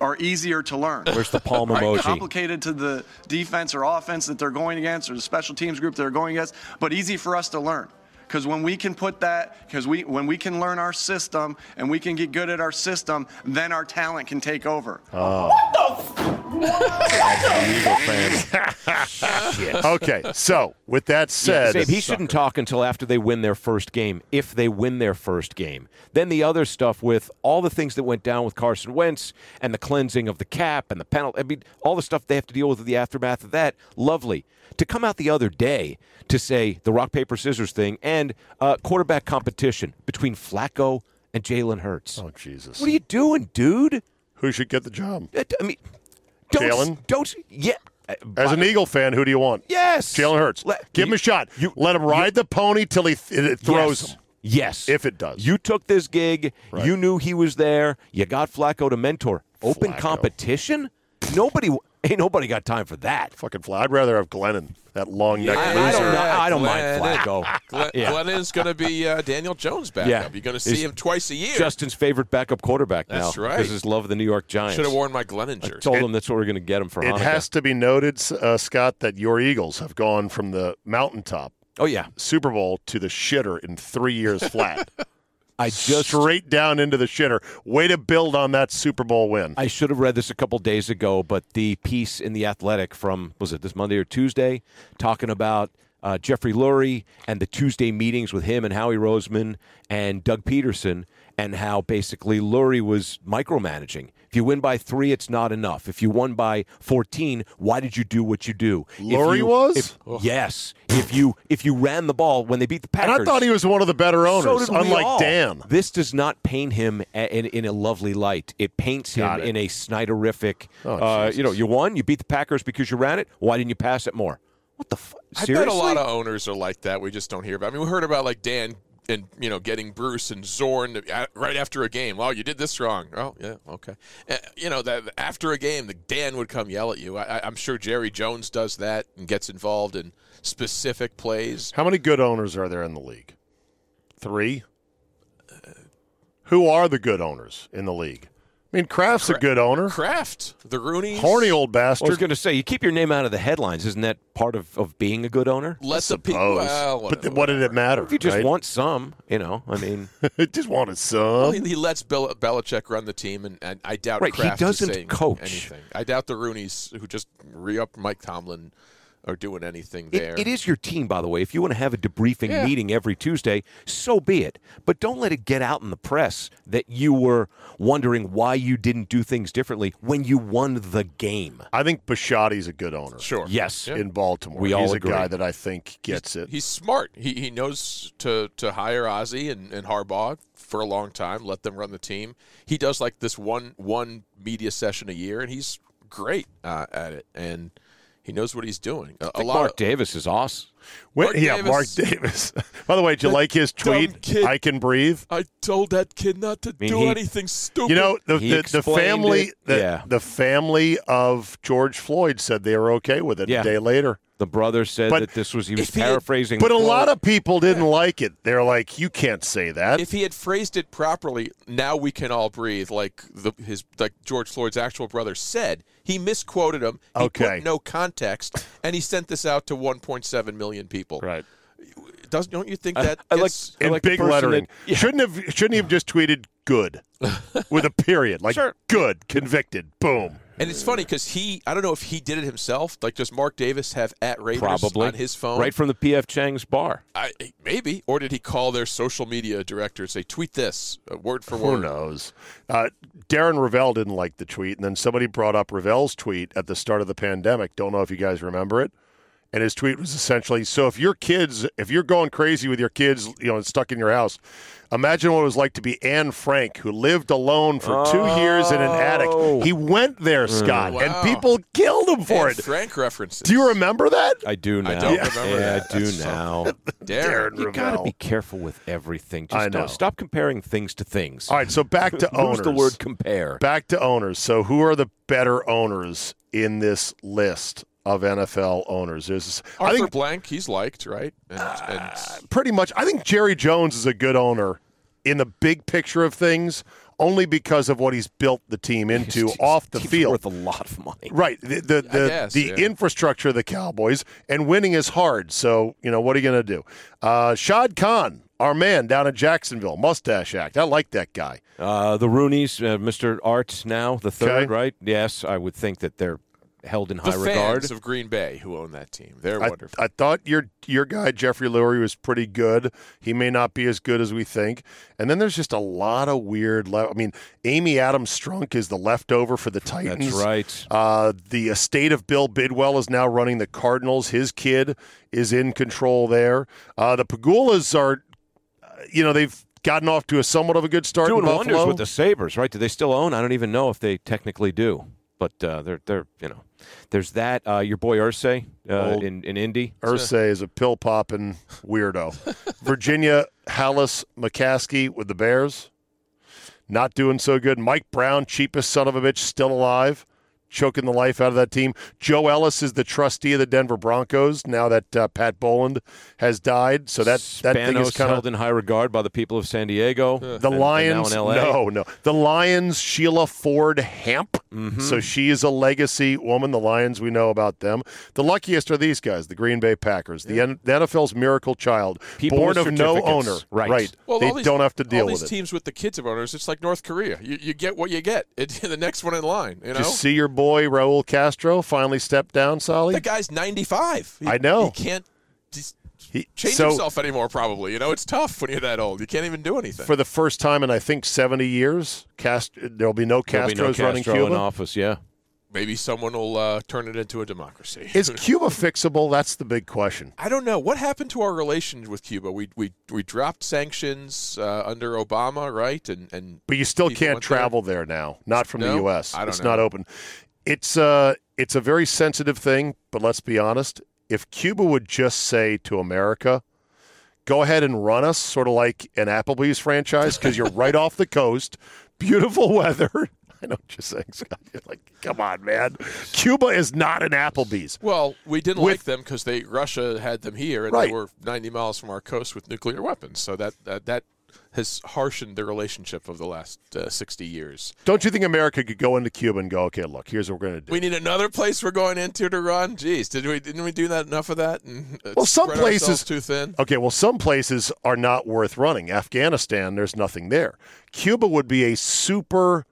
M: are easier to learn.
J: Where's the
K: *laughs*
J: palm
M: Right?
J: emoji?
M: Complicated to the defense or offense that they're going against or the special teams group they're going against, but easy for us to learn. Because when we can put that, because we when we can learn our system and we can get good at our system, then our talent can take over.
I: okay, so with that
J: Yeah,
I: said,
J: Zabe, he shouldn't talk until after they win their first game, if they win their first game. Then the other stuff with all the things that went down with Carson Wentz and the cleansing of the cap and the penalty. I mean, all the stuff they have to deal with in the aftermath of that. Lovely. To come out the other day to say the rock, paper, scissors thing and uh, quarterback competition between Flacco and Jalen Hurts. Oh,
I: Jesus.
J: What are you doing, dude?
I: Who should get the job?
J: I mean, don't,
I: Jalen.
J: Don't. Yeah. uh,
I: As an Eagle fan, who do you want?
J: Yes.
I: Jalen Hurts. Give him a shot. Let him ride the pony till he th- it throws
J: Yes.
I: him.
J: Yes.
I: If it does.
J: You took this gig. You knew he was there. You got Flacco to mentor. Open
I: Flacco.
J: competition? Nobody. Ain't nobody got time for that.
I: Fucking fly. I'd rather have Glennon, that long neck
J: I,
I: loser.
J: I don't, know- I
K: Glennon.
J: don't mind Flacco.
K: Glenn,
J: Yeah.
K: Glennon's going to be uh, Daniel Jones backup. You're going to see
J: He's
K: him twice a year.
J: Justin's favorite backup quarterback
K: That's
J: now.
K: right.
J: Because his love of the New York Giants.
K: Should have worn my Glennon jersey.
J: Told him that's what we're going to get him for
I: It
J: Hanukkah.
I: has to be noted, uh, Scott, that your Eagles have gone from the mountaintop.
J: Oh yeah,
I: Super Bowl to the shitter in three years flat.
J: I *laughs* just
I: straight down into the shitter. Way to build on that Super Bowl win.
J: I should have read this a couple days ago, but the piece in the Athletic from was it this Monday or Tuesday, talking about uh, Jeffrey Lurie and the Tuesday meetings with him and Howie Roseman and Doug Peterson, and how basically Lurie was micromanaging. If you win by three, it's not enough. If you won by fourteen, why did you do what you do? If
I: Lurie
J: you-
I: was?
J: if- yes. If you if you ran the ball when they beat the
I: and
J: Packers,
I: I thought he was one of the better owners,
J: so did we
I: unlike
J: all.
I: Dan.
J: This does not paint him a- in, in a lovely light. It paints him
I: Got it.
J: in a Snyderific.
I: Oh,
J: uh, you know, you won, you beat the Packers because you ran it. Why didn't you pass it more? What the fuck?
K: I
J: Seriously?
K: bet a lot of owners are like that. We just don't hear about. I mean, we heard about like Dan and you know getting Bruce and Zorn to- uh, right after a game. Well, you did this wrong. Oh yeah, okay. Uh, you know that after a game, the Dan would come yell at you. I, I- I'm sure Jerry Jones does that and gets involved in specific plays.
I: How many good owners are there in the league? Three. Uh, Who are the good owners in the league? I mean, Kraft's a good owner.
K: Kraft, the Rooney,
I: Horny old
J: I was
I: bastard.
J: going to say, you keep your name out of the headlines. Isn't that part of, of being a good owner?
K: Let the people.
I: Suppose.
K: Well,
I: but th- what did it matter?
J: If you just
I: right?
J: want some, you know, I mean.
I: *laughs* just wanted some.
K: Well, he, he lets Bel- Belichick run the team, and, and I doubt
J: Right, he
K: Kraft
J: doesn't
K: is saying
J: coach.
K: anything. I doubt the Rooney's who just re up Mike Tomlin are doing anything
J: It-
K: there.
J: it is your team, by the way. If you want to have a debriefing
K: Yeah.
J: meeting every Tuesday, so be it. But don't let it get out in the press that you were wondering why you didn't do things differently when you won the game.
I: I think Bashotti's a good owner.
K: Sure.
J: Yes.
I: In Baltimore.
J: We
I: He's
J: all
I: a
J: agree.
I: guy that I think gets it.
K: He's smart. He, he knows to, to hire Ozzie and, and Harbaugh for a long time, let them run the team. He does like this one one media session a year, and he's great uh, at it. And he knows what he's doing. A, a lot
J: Mark
K: of,
J: Davis is awesome.
I: When-
K: Mark
I: yeah,
K: Davis.
I: Mark Davis. *laughs* By the way, did you
K: That
I: like his
K: dumb
I: tweet?
K: kid.
I: I can breathe.
K: I told that kid not to
J: mean,
K: do
J: he-
K: anything stupid.
I: You know the
J: He
I: the, the
J: explained
I: family
J: it.
I: the,
J: Yeah.
I: the family of George Floyd said they were okay with it
J: Yeah.
I: a day later.
J: The brother said
I: But
J: that this was he was
K: if he had-
J: paraphrasing.
I: But a
J: Paul.
I: lot of people didn't like it. They're like, you can't say that.
K: if he had phrased it properly, now we can all breathe. Like the, his like George Floyd's actual brother said, he misquoted him. He
I: Okay.
K: put no context, and he sent this out to 1.7 million people.
I: right.
K: Doesn't don't you think
J: *laughs* I-
K: that
J: I like-
K: gets-
J: I
I: In
J: like the
I: big
J: person
I: lettering.
J: that- *laughs* yeah.
I: Shouldn't have shouldn't he have just tweeted good with
J: *laughs*
I: a period. Like
J: Sure.
I: good, convicted, boom.
K: and it's funny because he I don't know if he did it himself. Like does Mark Davis have at Raiders
J: probably
K: on his phone?
J: right from the PF Chang's bar.
K: I, maybe or did he call their social media director and say tweet this uh, word for
I: Who
K: word?
I: knows? Uh, Darren Ravel didn't like the tweet, and then somebody brought up Ravel's tweet at the start of the pandemic. Don't know if you guys remember it. And his tweet was essentially, "So if your kids, if you're going crazy with your kids, you know, and stuck in your house, imagine what it was like to be Anne Frank, who lived alone for two years in an attic. He went there, Scott,
K: Oh. Mm. Wow.
I: and people killed him for
K: And
I: it.
K: Frank references.
I: Do you remember that?
J: I do now.
K: I don't remember
J: Yeah,
K: that.
J: I do
K: That's so- *laughs*
J: now.
K: Darren?
J: You got to be careful with everything. Just
I: I know.
J: Don't, stop comparing things to things.
I: All right, so back
K: *laughs*
I: to
J: Lose
I: owners.
J: the word compare.
I: Back to owners. So, who are the better owners in this list of NFL owners? There's, I
K: Arthur
I: think Ah,
K: Blank, he's liked, right? And, and
I: pretty much. I think Jerry Jones is a good owner in the big picture of things, only because of what he's built the
J: *laughs*
I: team into off the
J: Team's
I: field.
J: worth a lot of money.
I: Right. The the the,
K: guess,
I: the
K: yeah.
I: infrastructure of the Cowboys and winning is hard. So, you know, what are you gonna do? Uh Shad Khan, our man down in Jacksonville, mustache act. I like that guy.
J: Uh, the Roonies, uh, Mr. Art now the third,
I: Okay.
J: right? Yes, I would think that they're held in
K: the
J: high
K: fans
J: regard.
K: of Green Bay who own that team, they're
I: I,
K: wonderful.
I: I thought your your guy Jeffrey Lurie was pretty good. He may not be as good as we think. And then there's just a lot of weird. Le- I mean, Amy Adams Strunk is the leftover for the Titans.
J: That's right.
I: Uh, the estate of Bill Bidwell is now running the Cardinals. His kid is in control there. Uh, the Pagulas are, uh, you know, they've gotten off to a somewhat of a good start.
J: Doing
I: in Buffalo.
J: wonders with the Sabers, right? Do they still own? I don't even know if they technically do, but uh, they're they're you know, there's that. Uh, your boy Ursay uh,
I: Old
J: in in Indy.
I: Ursay is a pill popping
J: *laughs*
I: weirdo. Virginia Hallis McCaskey with the Bears. Not doing so good. Mike Brown, cheapest son of a bitch, still alive, choking the life out of that team. Joe Ellis is the trustee of the Denver Broncos now that uh, Pat Boland has died. So that, that thing is
J: Spanos
I: kind of
J: held in high regard by the people of San Diego. and-
I: the
J: and now
I: Lions,
J: in LA.
I: no, no. The Lions, Sheila Ford Hamp.
J: Mm-hmm.
I: So she is a legacy woman. The Lions, we know about them. The luckiest are these guys, the Green Bay Packers, the, N- the NFL's miracle child,
J: People
I: born
J: with
I: of no
J: certificates.
I: owner.
J: Right.
K: Well,
I: they
K: all these-
I: don't have to
K: all
I: deal
K: these
I: with it.
K: teams with the kids of owners, it's like North Korea. You, you get what you get. It's *laughs* the next one in line. You know,
I: Did you see your boy Raul Castro finally step down, Solly?
K: the guy's ninety five.
I: I know.
K: He can't just
I: He-
K: change
I: so-
K: himself anymore. Probably. You know, it's tough when you're that old. You can't even do anything.
I: For the first time in I think 70 years, Cast- there'll be no
J: There'll be
I: Castro's
J: no
I: running
J: Castro in
I: Cuba.
J: office. Yeah,
K: Maybe someone will uh, turn it into a democracy.
I: Is Cuba fixable? That's the big question.
K: I don't know what happened to our relations with Cuba. We we we dropped sanctions uh, under Obama, right? And and
I: But you still
K: people
I: can't
K: went there.
I: travel there now, not from the
K: No?
I: U.S.
K: I don't
I: it's
K: know.
I: not open. It's uh, it's a very sensitive thing. But let's be honest: if Cuba would just say to America, "Go ahead and run us," sort of like an Applebee's franchise, because you're right off the coast, beautiful weather. *laughs* I know what you're saying, Scott. You're like, come on, man. Cuba is not an Applebee's.
K: Well, we didn't
I: With-
K: like them because they Russia had them here, and
I: Right.
K: they were 90 miles from our coast with nuclear weapons. So that that, that has harshened the relationship of the last uh, 60 years.
I: Don't you think America could go into Cuba and go, "Okay, look, here's what we're going to do."
K: We need another place we're going into to run. Jeez, did we didn't we do that enough of that? And uh,
I: Well, some
K: spread
I: places-
K: ourselves too thin.
I: Okay, well, some places are not worth running. Afghanistan, there's nothing there. Cuba would be a super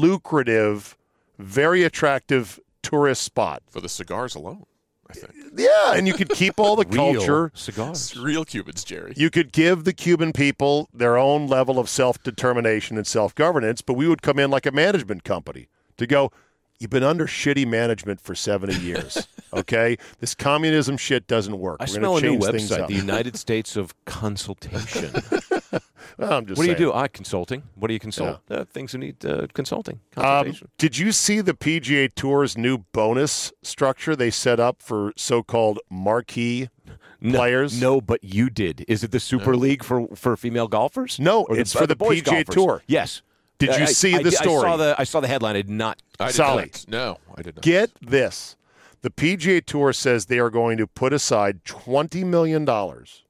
I: lucrative, very attractive tourist spot.
K: for the cigars alone. I think
I: Yeah, and you could keep all
J: *laughs*
I: the culture.
J: cigars,
K: real Cubans, Jerry.
I: You could give the Cuban people their own level of self determination and self governance, but we would come in like a management company to go, You've been under shitty management for 70
J: *laughs*
I: years, okay? This communism shit doesn't work.
J: I
I: We're
J: smell a
I: gonna
J: new
I: change things
J: website,
I: up."
J: the United States of Consultation.
I: Well, *laughs* I'm just
J: what do you
I: saying.
J: do? I consulting. What do you consult? Uh, things that need uh, consulting.
I: Um,
J: Consultation.
I: did you see the PGA Tour's new bonus structure they set up for so-called marquee
J: No,
I: players?
J: No, but you did. Is it the Super League for, for female golfers?
I: No,
J: Or
I: it's
J: uh,
I: for the
J: boys
I: PGA
J: golfers?
I: Tour.
J: Yes.
I: Did
J: I-
I: you
J: I-
I: see
J: I
I: the
J: did- I
I: story?
J: saw the I saw the headline. I did not.
K: I did
I: Solly.
K: not. No, I did not.
I: Get this: the PGA Tour says they are going to put aside twenty million dollars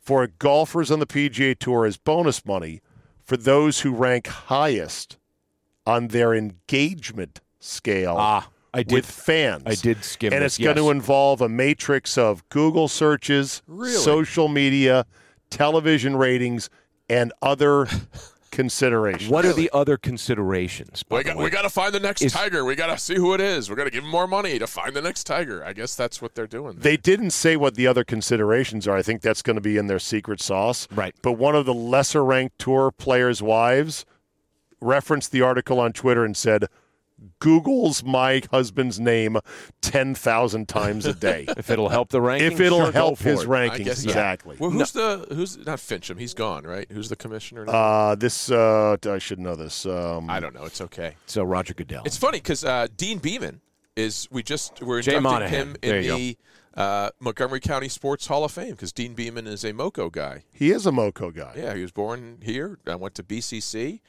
I: for golfers on the PGA Tour as bonus money for those who rank highest on their engagement scale
J: Ah, I did.
I: with fans.
J: I did skim
I: and
J: this,
I: it's going to
J: yes.
I: involve a matrix of Google searches,
K: Really?
I: social media, television ratings, and
J: *laughs*
I: other considerations.
J: What are the other considerations? by
K: We
J: the
K: got,
J: way?
K: we got to find the next
J: Is-
K: tiger. We got to see who it is. We're going to give him more money to find the next tiger. I guess that's what they're doing.
I: They didn't say what the other considerations are. I think that's going to be in their secret sauce.
J: Right.
I: But one of the lesser ranked tour players' wives referenced the article on Twitter and said, Google's my husband's name 10,000 times a
K: *laughs*
I: day.
J: If it'll help the rankings,
I: if it'll
J: sure, go
I: help
J: for
I: his
J: it.
K: I
I: rankings,
K: guess
I: exactly.
K: Well, who's the who's not Fincham? He's gone, right? Who's the commissioner? now?
I: Uh, this uh, I should know this. Um,
K: I don't know. It's okay.
J: So Roger Goodell.
K: It's funny because uh, Dean Beeman is. We just we're
J: Jay
K: inducting
J: Monahan.
K: him
J: There
K: in
J: you
K: the uh, Montgomery County Sports Hall of Fame because Dean Beeman is a Moco guy.
I: He is a moco guy.
K: Yeah, he was born here. I went to BCC.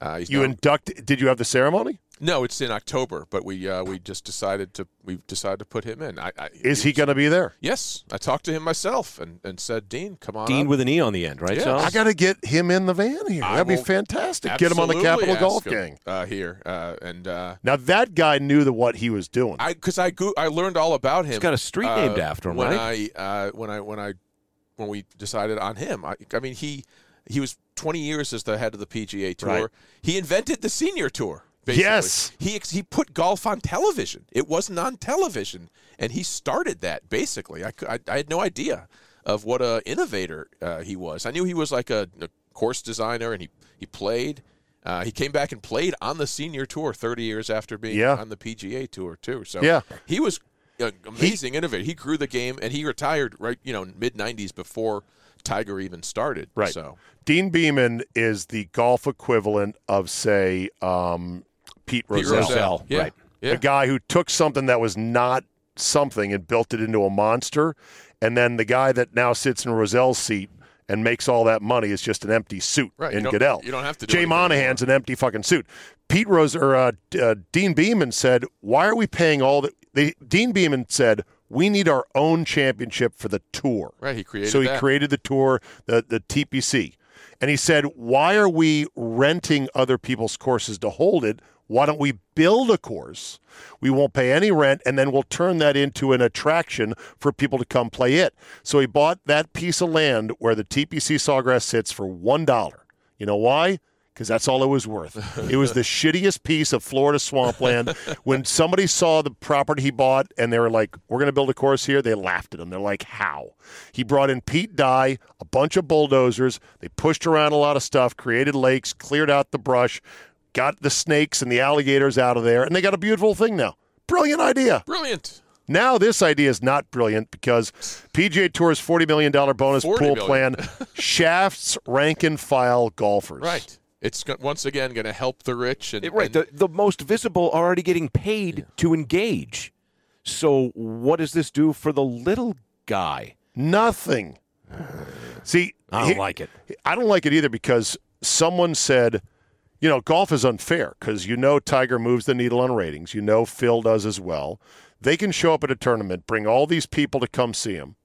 K: Uh, he's
I: You
K: now-
I: induct? Did you have the ceremony?
K: no, it's in October, but we uh, we just decided to we decided to put him in. I, I,
I: Is he going to be there?
K: Yes, I talked to him myself and, and said, Dean, come on.
J: Dean
K: up.
J: with an e on the end, right?
K: Yeah.
J: Sal?
I: I got to get him in the van here.
K: I
I: That'd be
K: will
I: fantastic. Get him on the
K: Absolutely
I: Capitol
K: ask
I: Golf
K: him,
I: Gang.
K: uh, here, uh, and uh,
I: Now that guy knew the what he was doing.
K: I because I go- I learned all about him.
J: He's got a street
K: uh,
J: named after him,
K: when
J: right?
K: I uh, when I when I when we decided on him, I, I mean he he was 20 years as the head of the PGA Tour.
I: Right.
K: He invented the senior tour. Basically.
I: Yes.
K: he ex- he put golf on television. It wasn't on television, and he started that basically. I, cou- I, I had no idea of what a innovator uh, he was. I knew he was like a, a course designer, and he he played. Uh, he came back and played on the senior tour 30 years after being
I: Yeah.
K: on the PGA tour too. So
I: Yeah.
K: he was an amazing innovator. He grew the game, and he retired right, you know, mid '90s before Tiger even started.
I: Right.
K: So
I: Dean Beeman is the golf equivalent of, say, um, Pete
K: Pete
I: Rozelle.
K: Rozelle, yeah,
I: Right.
K: yeah.
I: The guy who took something that was not something and built it into a monster. And then the guy that now sits in Roselle's seat and makes all that money is just an empty suit
K: Right, you
I: in
K: don't-
I: Goodell.
K: you don't have to do
I: Jay
K: anything
I: Monahan's an empty fucking suit. Pete Rose or uh, D- uh, Dean Beeman said, "Why are we paying all the?" They, Dean Beeman said, "We need our own championship for the tour."
K: Right, he created
I: So he
K: that.
I: created the tour, the the TPC, and he said, "Why are we renting other people's courses to hold it? Why don't we build a course? We won't pay any rent, and then we'll turn that into an attraction for people to come play it." So he bought that piece of land where the TPC Sawgrass sits for one dollar. You know why? Because that's all it was worth. It was the shittiest piece of Florida swampland. when somebody saw the property he bought and they were like, we're going to build a course here, they laughed at him. They're like, how? He brought in Pete Dye, a bunch of bulldozers. They pushed around a lot of stuff, created lakes, cleared out the brush, got the snakes and the alligators out of there, and they got a beautiful thing now. Brilliant idea.
K: brilliant.
I: Now this idea is not brilliant because PGA Tour's $40 million bonus
K: 40
I: pool
K: million.
I: plan
K: *laughs*
I: shafts rank and file golfers.
K: Right. It's go- once again going to help the rich and
J: It- right. The, the most visible are already getting paid to engage. So what does this do for the little guy?
I: Nothing. See,
J: I don't like it.
I: I don't like it either because someone said, you know, golf is unfair because you know Tiger moves the needle on ratings. You know Phil does as well. They can show up at a tournament, bring all these people to come see him,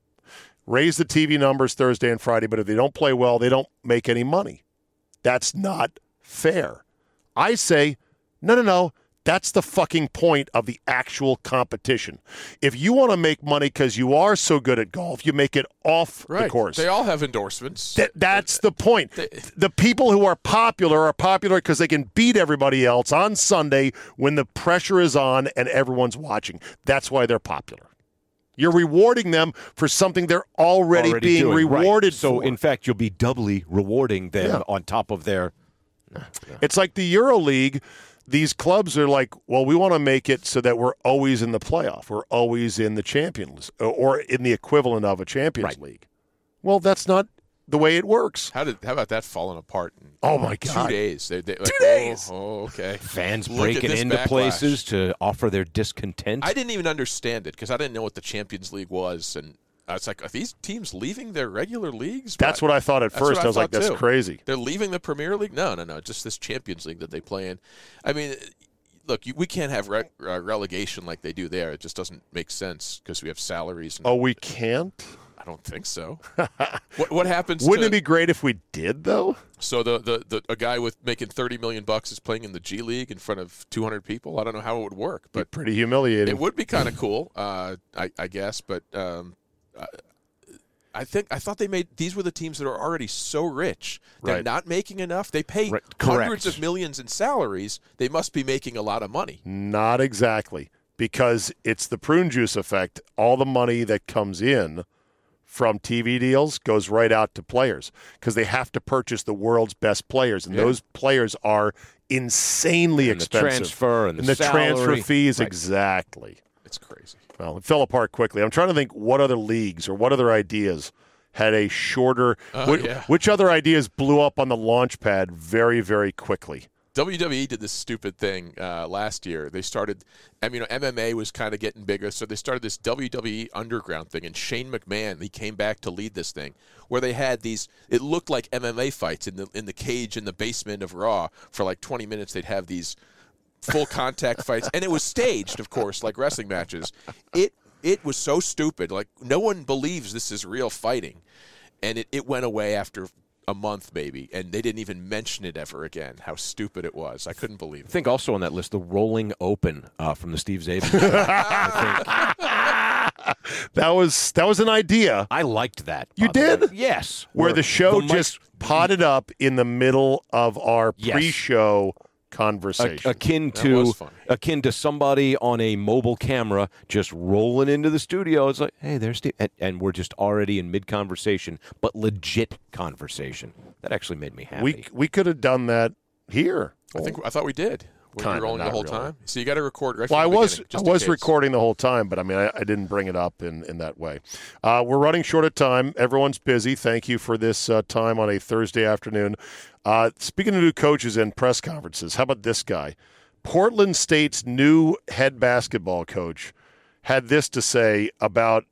I: raise the TV numbers Thursday and Friday, but if they don't play well, they don't make any money. That's not fair. I say, no, no, no. That's the fucking point of the actual competition. If you want to make money because you are so good at golf, you make it off the
K: Right.
I: course.
K: They all have endorsements.
I: Th- that's the point. The people who are popular are popular because they can beat everybody else on Sunday when the pressure is on and everyone's watching. That's why they're popular. You're rewarding them for something they're already, being
J: doing, right.
I: rewarded
J: So
I: for.
J: in fact, you'll be doubly rewarding them
I: Yeah.
J: on top of their.
I: It's like the EuroLeague. These clubs are like, well, we want to make it so that we're always in the playoff, we're always in the Champions uh, or in the equivalent of a Champions League. Well, that's not the way it works.
K: How did how about that falling apart? In
I: Oh, my God.
K: Two days. They, they, two
I: days.
K: Oh, okay.
J: Fans
K: Look at
J: breaking
K: this
J: into
K: backlash.
J: places to offer their discontent.
K: I didn't even understand it because I didn't know what the Champions League was, and I was like, are these teams leaving their regular leagues?
I: That's what I thought at
K: That's what
I: first. I was like,
K: thought,
I: that's
K: too.
I: crazy.
K: They're leaving the Premier League? No, no, no. Just this Champions League that they play in. I mean, look, you, we can't have re- uh, relegation like they do there. It just doesn't make sense because we have salaries. And
I: Oh, we can't?
K: I don't
I: *laughs*
K: think so. what, what happens?
I: Wouldn't
K: to-
I: it be great if we did, though?
K: So the, the, the a guy with making thirty million bucks is playing in the G League in front of two hundred people. I don't know how it would work, but
I: Pretty humiliating.
K: it would be kind of cool, uh, I, I guess. But um, I- I think I thought they made these were the teams that are already so rich. They're
I: Right.
K: not making enough. They pay
I: Correct.
K: hundreds of millions in salaries. They must be making a lot of money.
I: Not exactly, because it's the prune juice effect. All the money that comes in from TV deals goes right out to players because they have to purchase the world's best players, and
J: Yeah.
I: those players are insanely
J: And the
I: expensive.
J: transfer and the
I: transfer
J: salary.
I: fees,
J: Right.
I: exactly.
K: It's crazy.
I: Well, it fell apart quickly. I'm trying to think what other leagues or what other ideas had a shorter.
K: Uh,
I: which,
K: yeah.
I: which other ideas blew up on the launch pad very, very
K: *laughs*
I: quickly?
K: WWE E did this stupid thing uh, last year. They started, I mean, you know, MMA was kind of getting bigger, so they started this WWE underground thing. And Shane McMahon, he came back to lead this thing, where they had these. It looked like MMA fights in the in the cage in the basement of Raw for like 20 minutes. They'd have these full contact fights, and it was staged, of course, like wrestling matches. It it was so stupid. Like no one believes this is real fighting, and it, it went away after a month maybe, and they didn't even mention it ever again. How stupid it was! I couldn't believe
J: I think also on that list, the Rolling Open uh, from the Steve *laughs* Zabel. show. I
I: That was that was an idea.
J: I liked that.
I: You
J: by the way.
I: did?
J: Yes.
I: Where the show
J: mic-
I: just potted up in the middle of our
J: Yes.
I: pre-show
J: a-
I: conversation.
J: akin to akin to somebody on a mobile camera just rolling into the studio. It's like, hey, there's Steve, and, and we're just already in mid conversation, but legit conversation. That actually made me happy.
I: we we could have done that here.
K: I think I thought we did. Were
I: Kinda,
K: you rolling the
I: not
K: whole
I: really.
K: time? So you got to record. Right
I: Well,
K: from
I: I
K: the
I: was
K: beginning,
I: I
K: just in
I: was
K: case.
I: recording the whole time, but I mean, I, I didn't bring it up in, in that way. Uh, we're running short of time. Everyone's busy. Thank you for this uh, time on a Thursday afternoon. Uh, speaking of new coaches and press conferences, how about this guy? Portland State's new head basketball coach had this to say about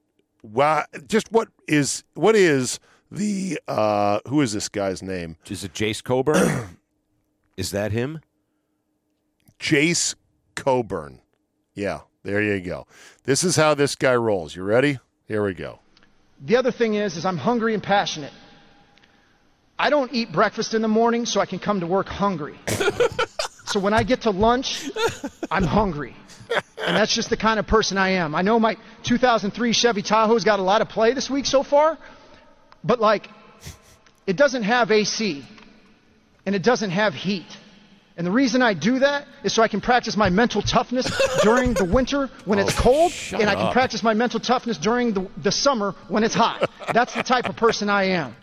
I: why, just what is what is the uh, who is this guy's name?
J: Is it Jace *clears throat* Coburn? is that him?
I: Jace Coburn. Yeah, there you go. This is how this guy rolls. You ready? Here we go.
O: The other thing is, is I'm hungry and passionate. I don't eat breakfast in the morning so I can come to work hungry. so when I get to lunch, I'm hungry. And that's just the kind of person I am. I know my 2003 Chevy Tahoe's got a lot of play this week so far, but like, it doesn't have AC and it doesn't have heat. And the reason I do that is so I can practice my mental toughness during the winter when
J: Oh,
O: it's cold,
P: shut
O: and I can
P: up.
O: practice my mental toughness during the, the summer when it's hot. That's the type of person I am.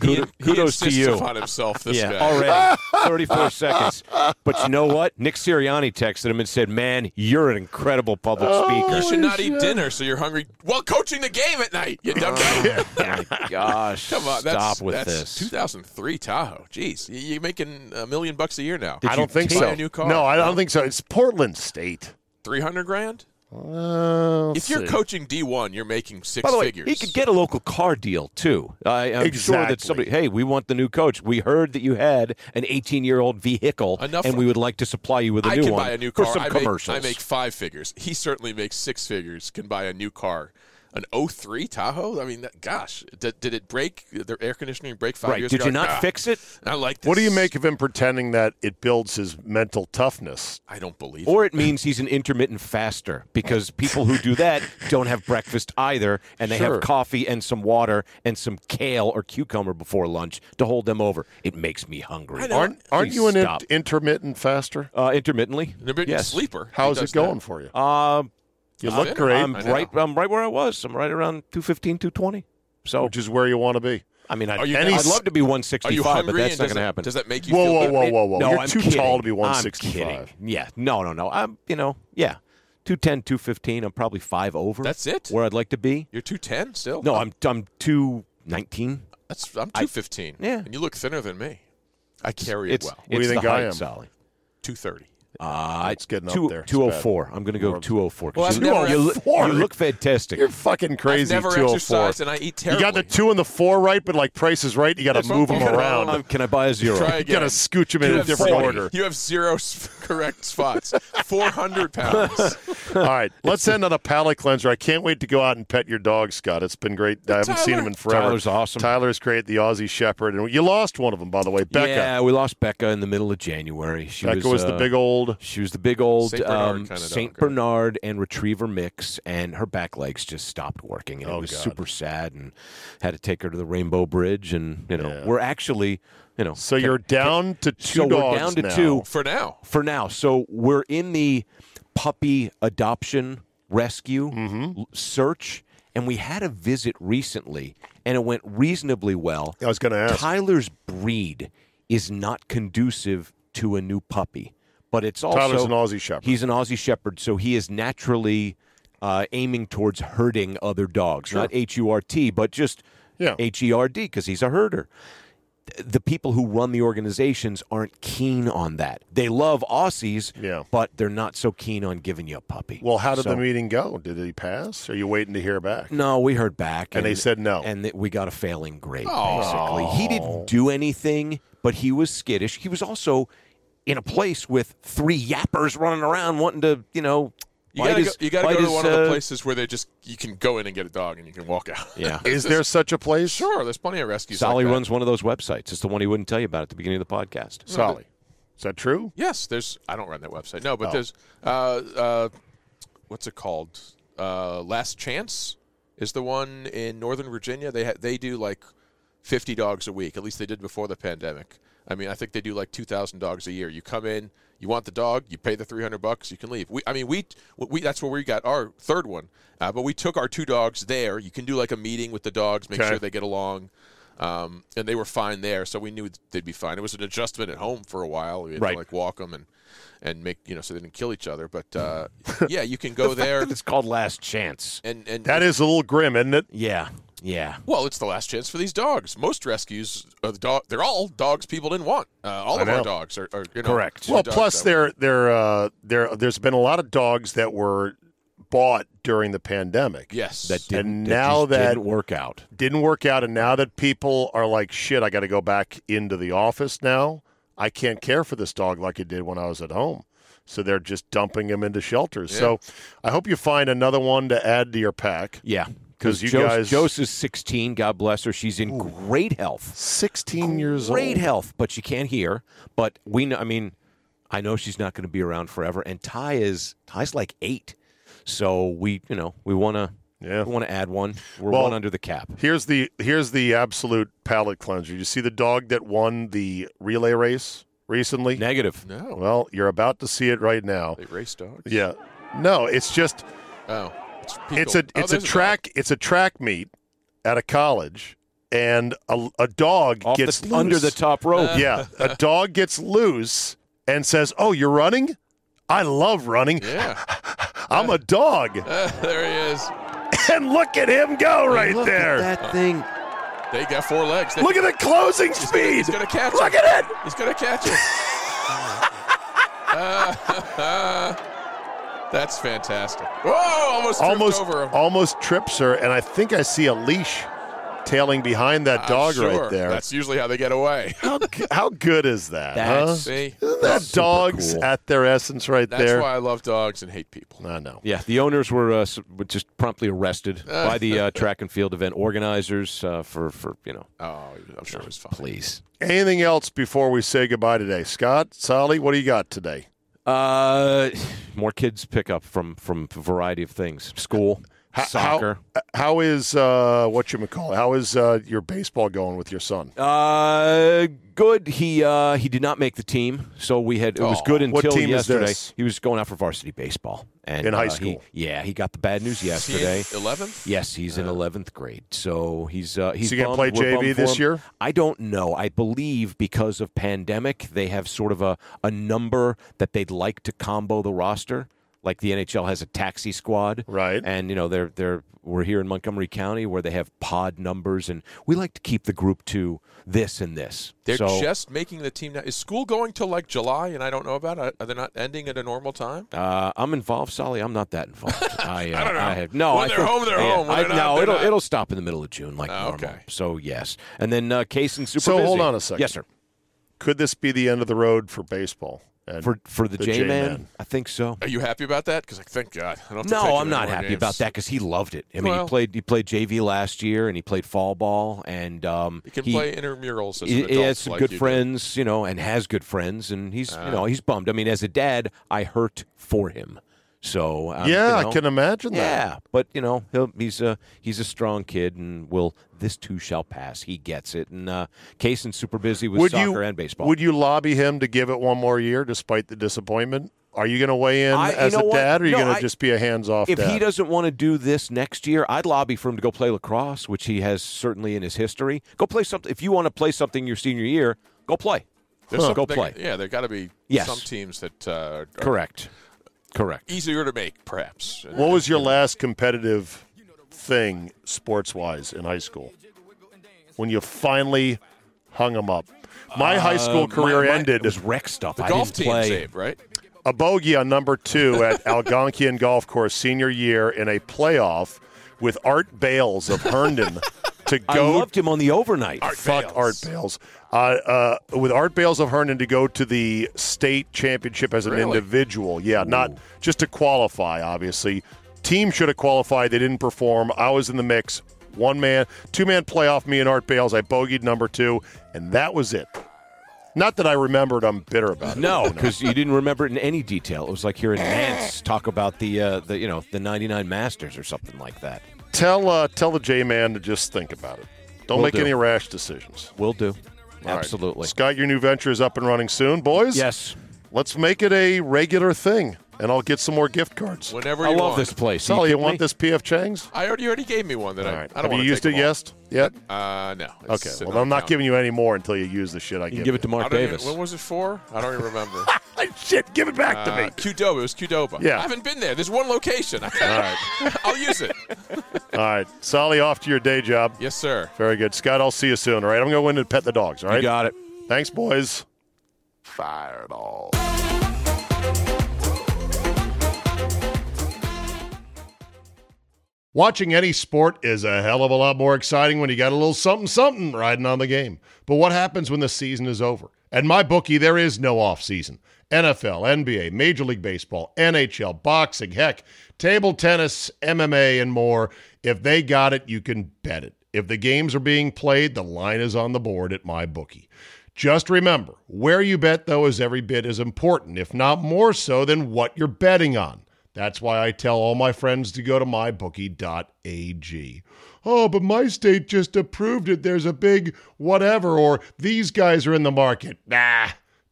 J: Kudos, kudos to
K: insists
J: you.
K: upon himself, this
J: yeah,
K: guy. *laughs*
J: already 34 seconds. But you know what? Nick Sirianni texted him and said, "Man, you're an incredible public
K: Oh
J: speaker.
K: You should not eat dinner, so you're hungry while coaching the game at night.
I: *laughs*
K: You dumb
J: my *laughs* gosh,
K: Come on, that's,
J: stop with
K: that's
J: this.
K: 2003 Tahoe. Jeez, you- you're making a million bucks a year now.
I: I don't think
K: buy
I: so.
K: A new car?
I: No, I don't think so. It's Portland State.
K: 300 grand.
I: Uh,
K: If you're
I: let's see.
K: coaching D1, you're making six
J: By the way,
K: figures.
J: he could get a local car deal too. I, am sure that
K: Exactly.
J: somebody. Hey, we want the new coach. We heard that you had an 18-year-old vehicle,
K: Enough-
J: and we would like to supply you with a
K: I
J: new
K: can
J: one
K: buy a new
J: for
K: car.
J: some
K: I, make,
J: commercials."
K: I make five figures. He certainly makes six figures. Can buy a new car. An 03 Tahoe? I mean, that, gosh, did, did it break? Did Their air conditioning break five years ago? Like, ah,
J: it?
K: I like this.
I: What do you make of him pretending that it builds his mental toughness?
K: I don't believe.
J: Or it means he's an intermittent faster because people who do that don't have breakfast either, and they
I: Sure.
J: have coffee and some water and some kale or cucumber before lunch to hold them over. It makes me hungry.
I: Aren't aren't
J: Please
I: you an in-
J: stop.
I: intermittent faster?
J: Uh, intermittently.
K: Intermittent
J: yes.
K: sleeper.
I: How's it going for you?
J: Um,
I: You
J: I'm-
I: look great.
J: I'm
I: I know.
J: right. I'm right where I was. I'm right around 215, 220. So,
I: which is where you want to be.
J: I mean, I'd,
I: Are you-
J: and
I: Are
J: I'd
I: you
J: love to be 165, but
K: hungry
J: that's
K: and
J: not
K: does
J: going to
K: it-
J: happen.
K: does that make
I: you Whoa, feel whoa, good? whoa, whoa, whoa.
J: No,
I: You're
J: I'm
I: too
J: kidding.
I: tall to be
J: I'm
I: 165.
J: kidding. Yeah, no, no, no. I'm, you know, yeah, 210, 215. I'm probably five over.
K: That's it?
J: Where I'd like to be.
K: You're 210 still?
J: No, I'm I'm 219.
K: That's I'm
J: I-
K: 215. yeah. And you look thinner than me. I carry
J: It's-
K: it well.
J: it's What do you the think I height, am? Sally.
K: 230.
J: Uh, it's
I: getting
K: up there. It's
J: 204. I'm going to go 204. 'cause
K: Well,
J: you,
K: I've never-
J: you, look- you
I: 204?
J: look fantastic.
I: You're fucking crazy.
K: never
I: 204.
K: exercised and I eat
I: You got the two and the four right, but like Price is right. You got to
K: That's
I: move *laughs*
K: what-
I: them around.
J: Can I buy a zero?
I: *laughs*
K: Try
I: You
K: again.
I: got to scooch them
K: You
I: in a
K: have
I: different
K: zero- *laughs*
I: order.
K: You have zero s- correct spots. 400
J: *laughs*
K: pounds.
I: All right, let's end on a palate cleanser. I can't wait to go out and pet your dog, Scott. It's been great. I haven't seen
J: Tyler.
I: him in forever.
J: Tyler's awesome.
I: Tyler's great, the Aussie Shepherd, and you lost one of them, by the way, Becca.
J: Yeah, we lost Becca in the middle of January. She uh,
I: Becca was the big old.
J: She was the big old
I: Saint Bernard
J: um,
I: kinda dog,
J: Saint Bernard and retriever mix, and her back legs just stopped working, and
I: Oh,
J: it was
I: God.
J: super sad, and had to take her to the Rainbow Bridge, and you know we're actually you know
I: So you're down to two
J: so we're
I: dogs
J: down to
I: now.
J: two
K: For now.
J: For now, so we're in the puppy adoption rescue
I: Mm-hmm.
J: l- search, and we had a visit recently, and it went reasonably well.
I: I was going to ask.
J: Tyler's breed is not conducive to a new puppy, but it's also
I: Tyler's an Aussie Shepherd.
J: He's an Aussie Shepherd, so he is naturally uh, aiming towards herding other dogs,
I: Sure.
J: not H U R T, but just H E R D, because he's a herder. Th- The people who run the organizations aren't keen on that. They love Aussies, but they're not so keen on giving you a puppy.
I: Well, how did
J: So-
I: the meeting go? Did he pass? Are you waiting to hear back?
J: no, we heard back,
I: And they said no,
J: and that we got a failing grade.
I: Oh.
J: Basically, he didn't do anything, but he was skittish. He was also in a place with three yappers running around, wanting to, you know,
K: You
J: bite
K: gotta,
J: his-
K: go, you gotta
J: bite
K: go to
J: his,
K: one of the
J: uh,
K: places where they just you can go in and get a dog and you can walk out. *laughs*
J: Yeah.
I: Is there such a place?
K: Sure, there's plenty of rescues.
J: Solly
K: like that.
J: runs one of those websites. It's the one he wouldn't tell you about at the beginning of the podcast.
K: Solly.
I: Is that true?
K: Yes, there's. I don't run that website. No, but
J: Oh.
K: there's. Uh, uh, what's it called? Uh, Last Chance is the one in Northern Virginia. They ha- they do like 50 dogs a week. At least they did before the pandemic. I mean, I think they do like 2,000 dogs a year. You come in, you want the dog, you pay the 300 bucks, you can leave. We, I mean, we we that's where we got our third one. Uh, but we took our two dogs there. You can do like a meeting with the dogs, make
I: Okay.
K: sure they get along. um, and they were fine there, so we knew they'd be fine. It was an adjustment at home for a while. We had
J: Right.
K: to like walk them and and make you know so they didn't kill each other. But
I: *laughs*
K: uh, yeah, you can go there.
J: it's called Last Chance,
K: and and
I: That is a little grim, isn't it?
J: Yeah, yeah.
K: Well, it's the last chance for these dogs. Most rescues, are the dog, they're all dogs people didn't want. Uh, all
I: I
K: of
I: know.
K: our dogs are, are you know, two
I: Well,
K: dogs
I: plus
K: that-
I: there there uh, there there's been a lot of dogs that were bought during the pandemic.
K: Yes.
J: That didn't-
I: and
J: that
I: now
J: just
I: that
J: didn't work out.
I: Didn't work out and now that people are like shit, I got to go back into the office now. I can't care for this dog like I did when I was at home. So they're just dumping him into shelters.
J: Yeah.
I: So I hope you find another one to add to your pack.
J: Yeah,
I: Because you
J: Jos-
I: guys
J: Jos is 16. God bless her. She's in great health.
I: 16 years
J: great
I: old.
J: Great health, but she can't hear. But we know. I mean, I know she's not going to be around forever. And Ty is Ty's like eight. So we, you know, we want to.
I: Yeah.
J: We want to add one. We're
I: Well-
J: one under the cap.
I: Here's the here's the absolute palate cleanser. You see the dog that won the relay race recently?
J: Negative.
K: No.
I: Well, you're about to see it right now.
K: They race dogs?
I: Yeah. No, it's just
K: Oh,
I: it's
K: it's,
I: a
K: people- oh,
I: it's a
K: there's dog.
I: track it's a track meet at a college and a, a dog
J: Off the-
I: gets loose.
J: under the top rope.
K: Uh,
I: yeah,
K: *laughs*
I: a dog gets loose and says, "Oh, you're running? I love running.
K: Yeah.
I: *laughs*
K: *laughs*
I: I'm a dog."
K: Uh, there he is.
I: and look at him go right
K: look at
I: there.
K: that
J: thing.
K: They got four legs. They-
I: Look at the closing
K: He's gonna-
I: speed.
K: He's gonna catch
I: Look
K: it.
I: at it.
K: He's gonna catch
I: *laughs*
K: *laughs* it. *laughs* Uh, that's fantastic. Whoa! Almost tripped
I: almost
K: over him.
I: almost trips her, and I think I see a leash tailing behind that
K: I'm
I: dog
K: Ah, sure.
I: right there.
K: That's usually how they get
J: *laughs*
K: away.
I: how, g- how good is that? huh?
K: That's- See?
I: Isn't that
K: That's super
I: dogs
J: cool.
I: at their essence right
K: That's
I: there?
K: why I love dogs and hate people.
I: I know.
J: Yeah, the owners were uh, s- were just promptly arrested by the uh, track and field event organizers uh, for for you know.
K: Oh, I'm sure it was fun.
J: Please.
I: Anything else before we say goodbye today, Scott? Sally, what do you got today?
J: Uh, more kids pick up from from a variety of things: school,
I: How-
J: soccer.
I: How, how is uh, what you call How is uh, your baseball going with your son?
J: Uh, good. He uh he did not make the team, so we had it was
I: Aw.
J: good
I: Oh, What
J: until
I: team is
J: yesterday.
I: this?
J: He was going out for varsity baseball and
I: In high
J: uh, he-
I: school?
J: yeah, he got the bad news yesterday.
K: Eleventh.
J: Yes, he's in eleventh grade, so he's uh, he's
I: he Uh, gonna
J: bummed.
I: play
J: We're
I: JV
J: bummed for
I: this
J: him.
I: year?
J: I don't know. I believe because of pandemic, they have sort of a a number that they'd like to combo the roster. Like the NHL has a taxi squad,
I: right?
J: And you know they're they're we're here in Montgomery County where they have pod numbers, and we like to keep the group to this and this.
K: They're
J: so,
K: just making the team now. Is school going till like July? And I don't know about. it? Are they not ending at a normal time?
J: Uh, I'm involved, Solly. I'm not
K: *laughs*
J: that involved. I, uh,
K: I don't know.
J: have no.
K: When
J: I
K: they're
J: think-
K: home, they're
J: yeah,
K: home. When
J: I-
K: they're not,
J: no,
K: they're
J: it'll
K: not. Ah,
J: it'll stop in the middle of June like normal. So yes, and then uh, Case and Super.
I: so
J: Busy.
I: hold on a second.
J: Yes, sir.
I: Could this be the end of the road for baseball? And
J: For for the, J
I: J-Man?
J: man, I think so.
K: Are you happy about that? Because I thank God. I don't have to take
J: No, I'm
K: any
J: not
K: more
J: happy
K: games.
J: about that because he loved it. I mean,
K: Well-
J: he played he played JV last year and he played fall ball and um, he
K: can play intramurals as an
J: he, he
K: adult,
J: has some
K: like
J: good
K: you do. Ah.
J: friends, you know, and has good friends, and he's you know he's bummed. I mean, as a dad, I hurt for him. So um,
I: Yeah,
J: you
I: I
J: know,
I: can imagine that.
J: Yeah, but you know he'll, he's a he's a strong kid, and will this too shall pass. He gets it, and uh, Kaysen's super busy with soccer and baseball.
I: Would you lobby him to give it one more year despite the disappointment? Are you going to weigh in
J: I- you
I: as a
J: know what?
I: dad, or are you
J: No,
I: going
J: I-
I: to just be a hands-off
J: if
I: dad?
J: he doesn't want to do this next year, I'd lobby for him to go play lacrosse, which he has certainly in his history. Go play something. If you want to play something your senior year, go play.
K: There's some-
J: Go
K: there-
J: play.
K: Yeah, there got to be
J: Yes.
K: some teams that uh, are
J: Correct. Correct.
K: easier to make, perhaps.
I: what was your last competitive thing, sports-wise, in high school? When you finally hung him up, my high school
J: Uh, my-
I: career
J: my-
I: ended.
J: It was rec stuff.
K: Um, The
J: I
K: golf
J: didn't
K: team
J: play.
K: saved, right?
I: a bogey on number two
J: *laughs*
I: at Algonquian Golf Course senior year in a playoff with Art Bales of Herndon to
J: I
I: go.
J: loved him on the overnight.
I: fuck Art Bales. Uh, uh, with Art Bales of Herndon to go to the state championship as an
K: Really?
I: individual. Yeah, not just to qualify, obviously. Team should have qualified. They didn't perform. I was in the mix. One man, two man playoff, me and Art Bales. I bogeyed number two, and that was it. Not that I remembered, I'm bitter about it.
J: No, because you didn't remember it in any detail. It was like hearing Nance talk about the uh, the you know the '99 Masters or something like that.
I: Tell uh, tell the J man to just think about it. Don't
J: Will
I: make
J: do.
I: any rash decisions.
J: Will do.
I: All right.
J: Absolutely.
I: Scott, your new venture is up and running soon, boys.
J: Yes.
I: Let's make it a regular thing. and I'll get some more gift cards.
K: Whenever I you love want. this place.
I: Sally,
K: You
I: you,
K: kidding
I: want
K: me?
I: this PF Chang's?
K: I already, you already gave me one that
I: All
K: I,
I: right.
K: I
I: Have
K: don't want
I: you used it yes? yet?
K: Uh, no. It's
I: Okay.
K: sitting
I: Well,
K: on
I: I'm
K: the
I: not
K: counter.
I: giving you any more until you use the shit I give.
K: I don't even- what was it for? I don't
I: *laughs*
K: even remember.
I: Shit, give it back to
K: Uh,
I: me.
K: Qdoba. It was Qdoba.
I: Yeah.
K: I haven't been there. There's one location. Uh, All
I: right.
K: I'll use it.
I: *laughs* All right, Solly, off to your day job.
K: Yes, sir.
I: Very good, Scott. I'll see you soon. All right, I'm going to go in and pet the dogs. All right, you got it. Thanks, boys. Fireball. Watching any sport is a hell of a lot more exciting when you got a little something something riding on the game. But what happens when the season is over? At my bookie, there is no off season. NFL, NBA, Major League Baseball, NHL, boxing, heck, table tennis, MMA, and more. If they got it, you can bet it. If the games are being played, the line is on the board at my bookie. Just remember, where you bet, though, is every bit as important, if not more so than what you're betting on. That's why I tell all my friends to go to mybookie.ag. Oh, but my state just approved it. There's a big whatever, or these guys are in the market. Nah,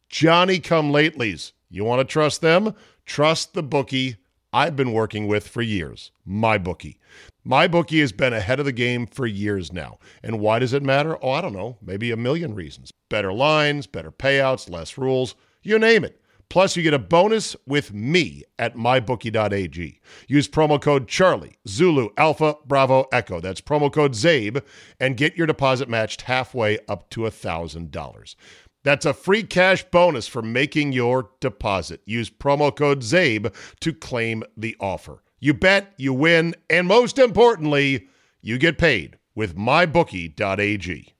I: Johnny come latelys. You want to trust them? Trust the bookie I've been working with for years, MyBookie. MyBookie has been ahead of the game for years now. And why does it matter? Oh, I don't know. Maybe a million reasons. Better lines, better payouts, less rules, you name it. Plus, you get a bonus with me at mybookie.ag. Use promo code Charlie, Zulu, Alpha, Bravo, Echo. That's promo code ZABE and get your deposit matched halfway up to $1,000. That's a free cash bonus for making your deposit. Use promo code ZABE to claim the offer. You bet, you win, and most importantly, you get paid with mybookie.ag.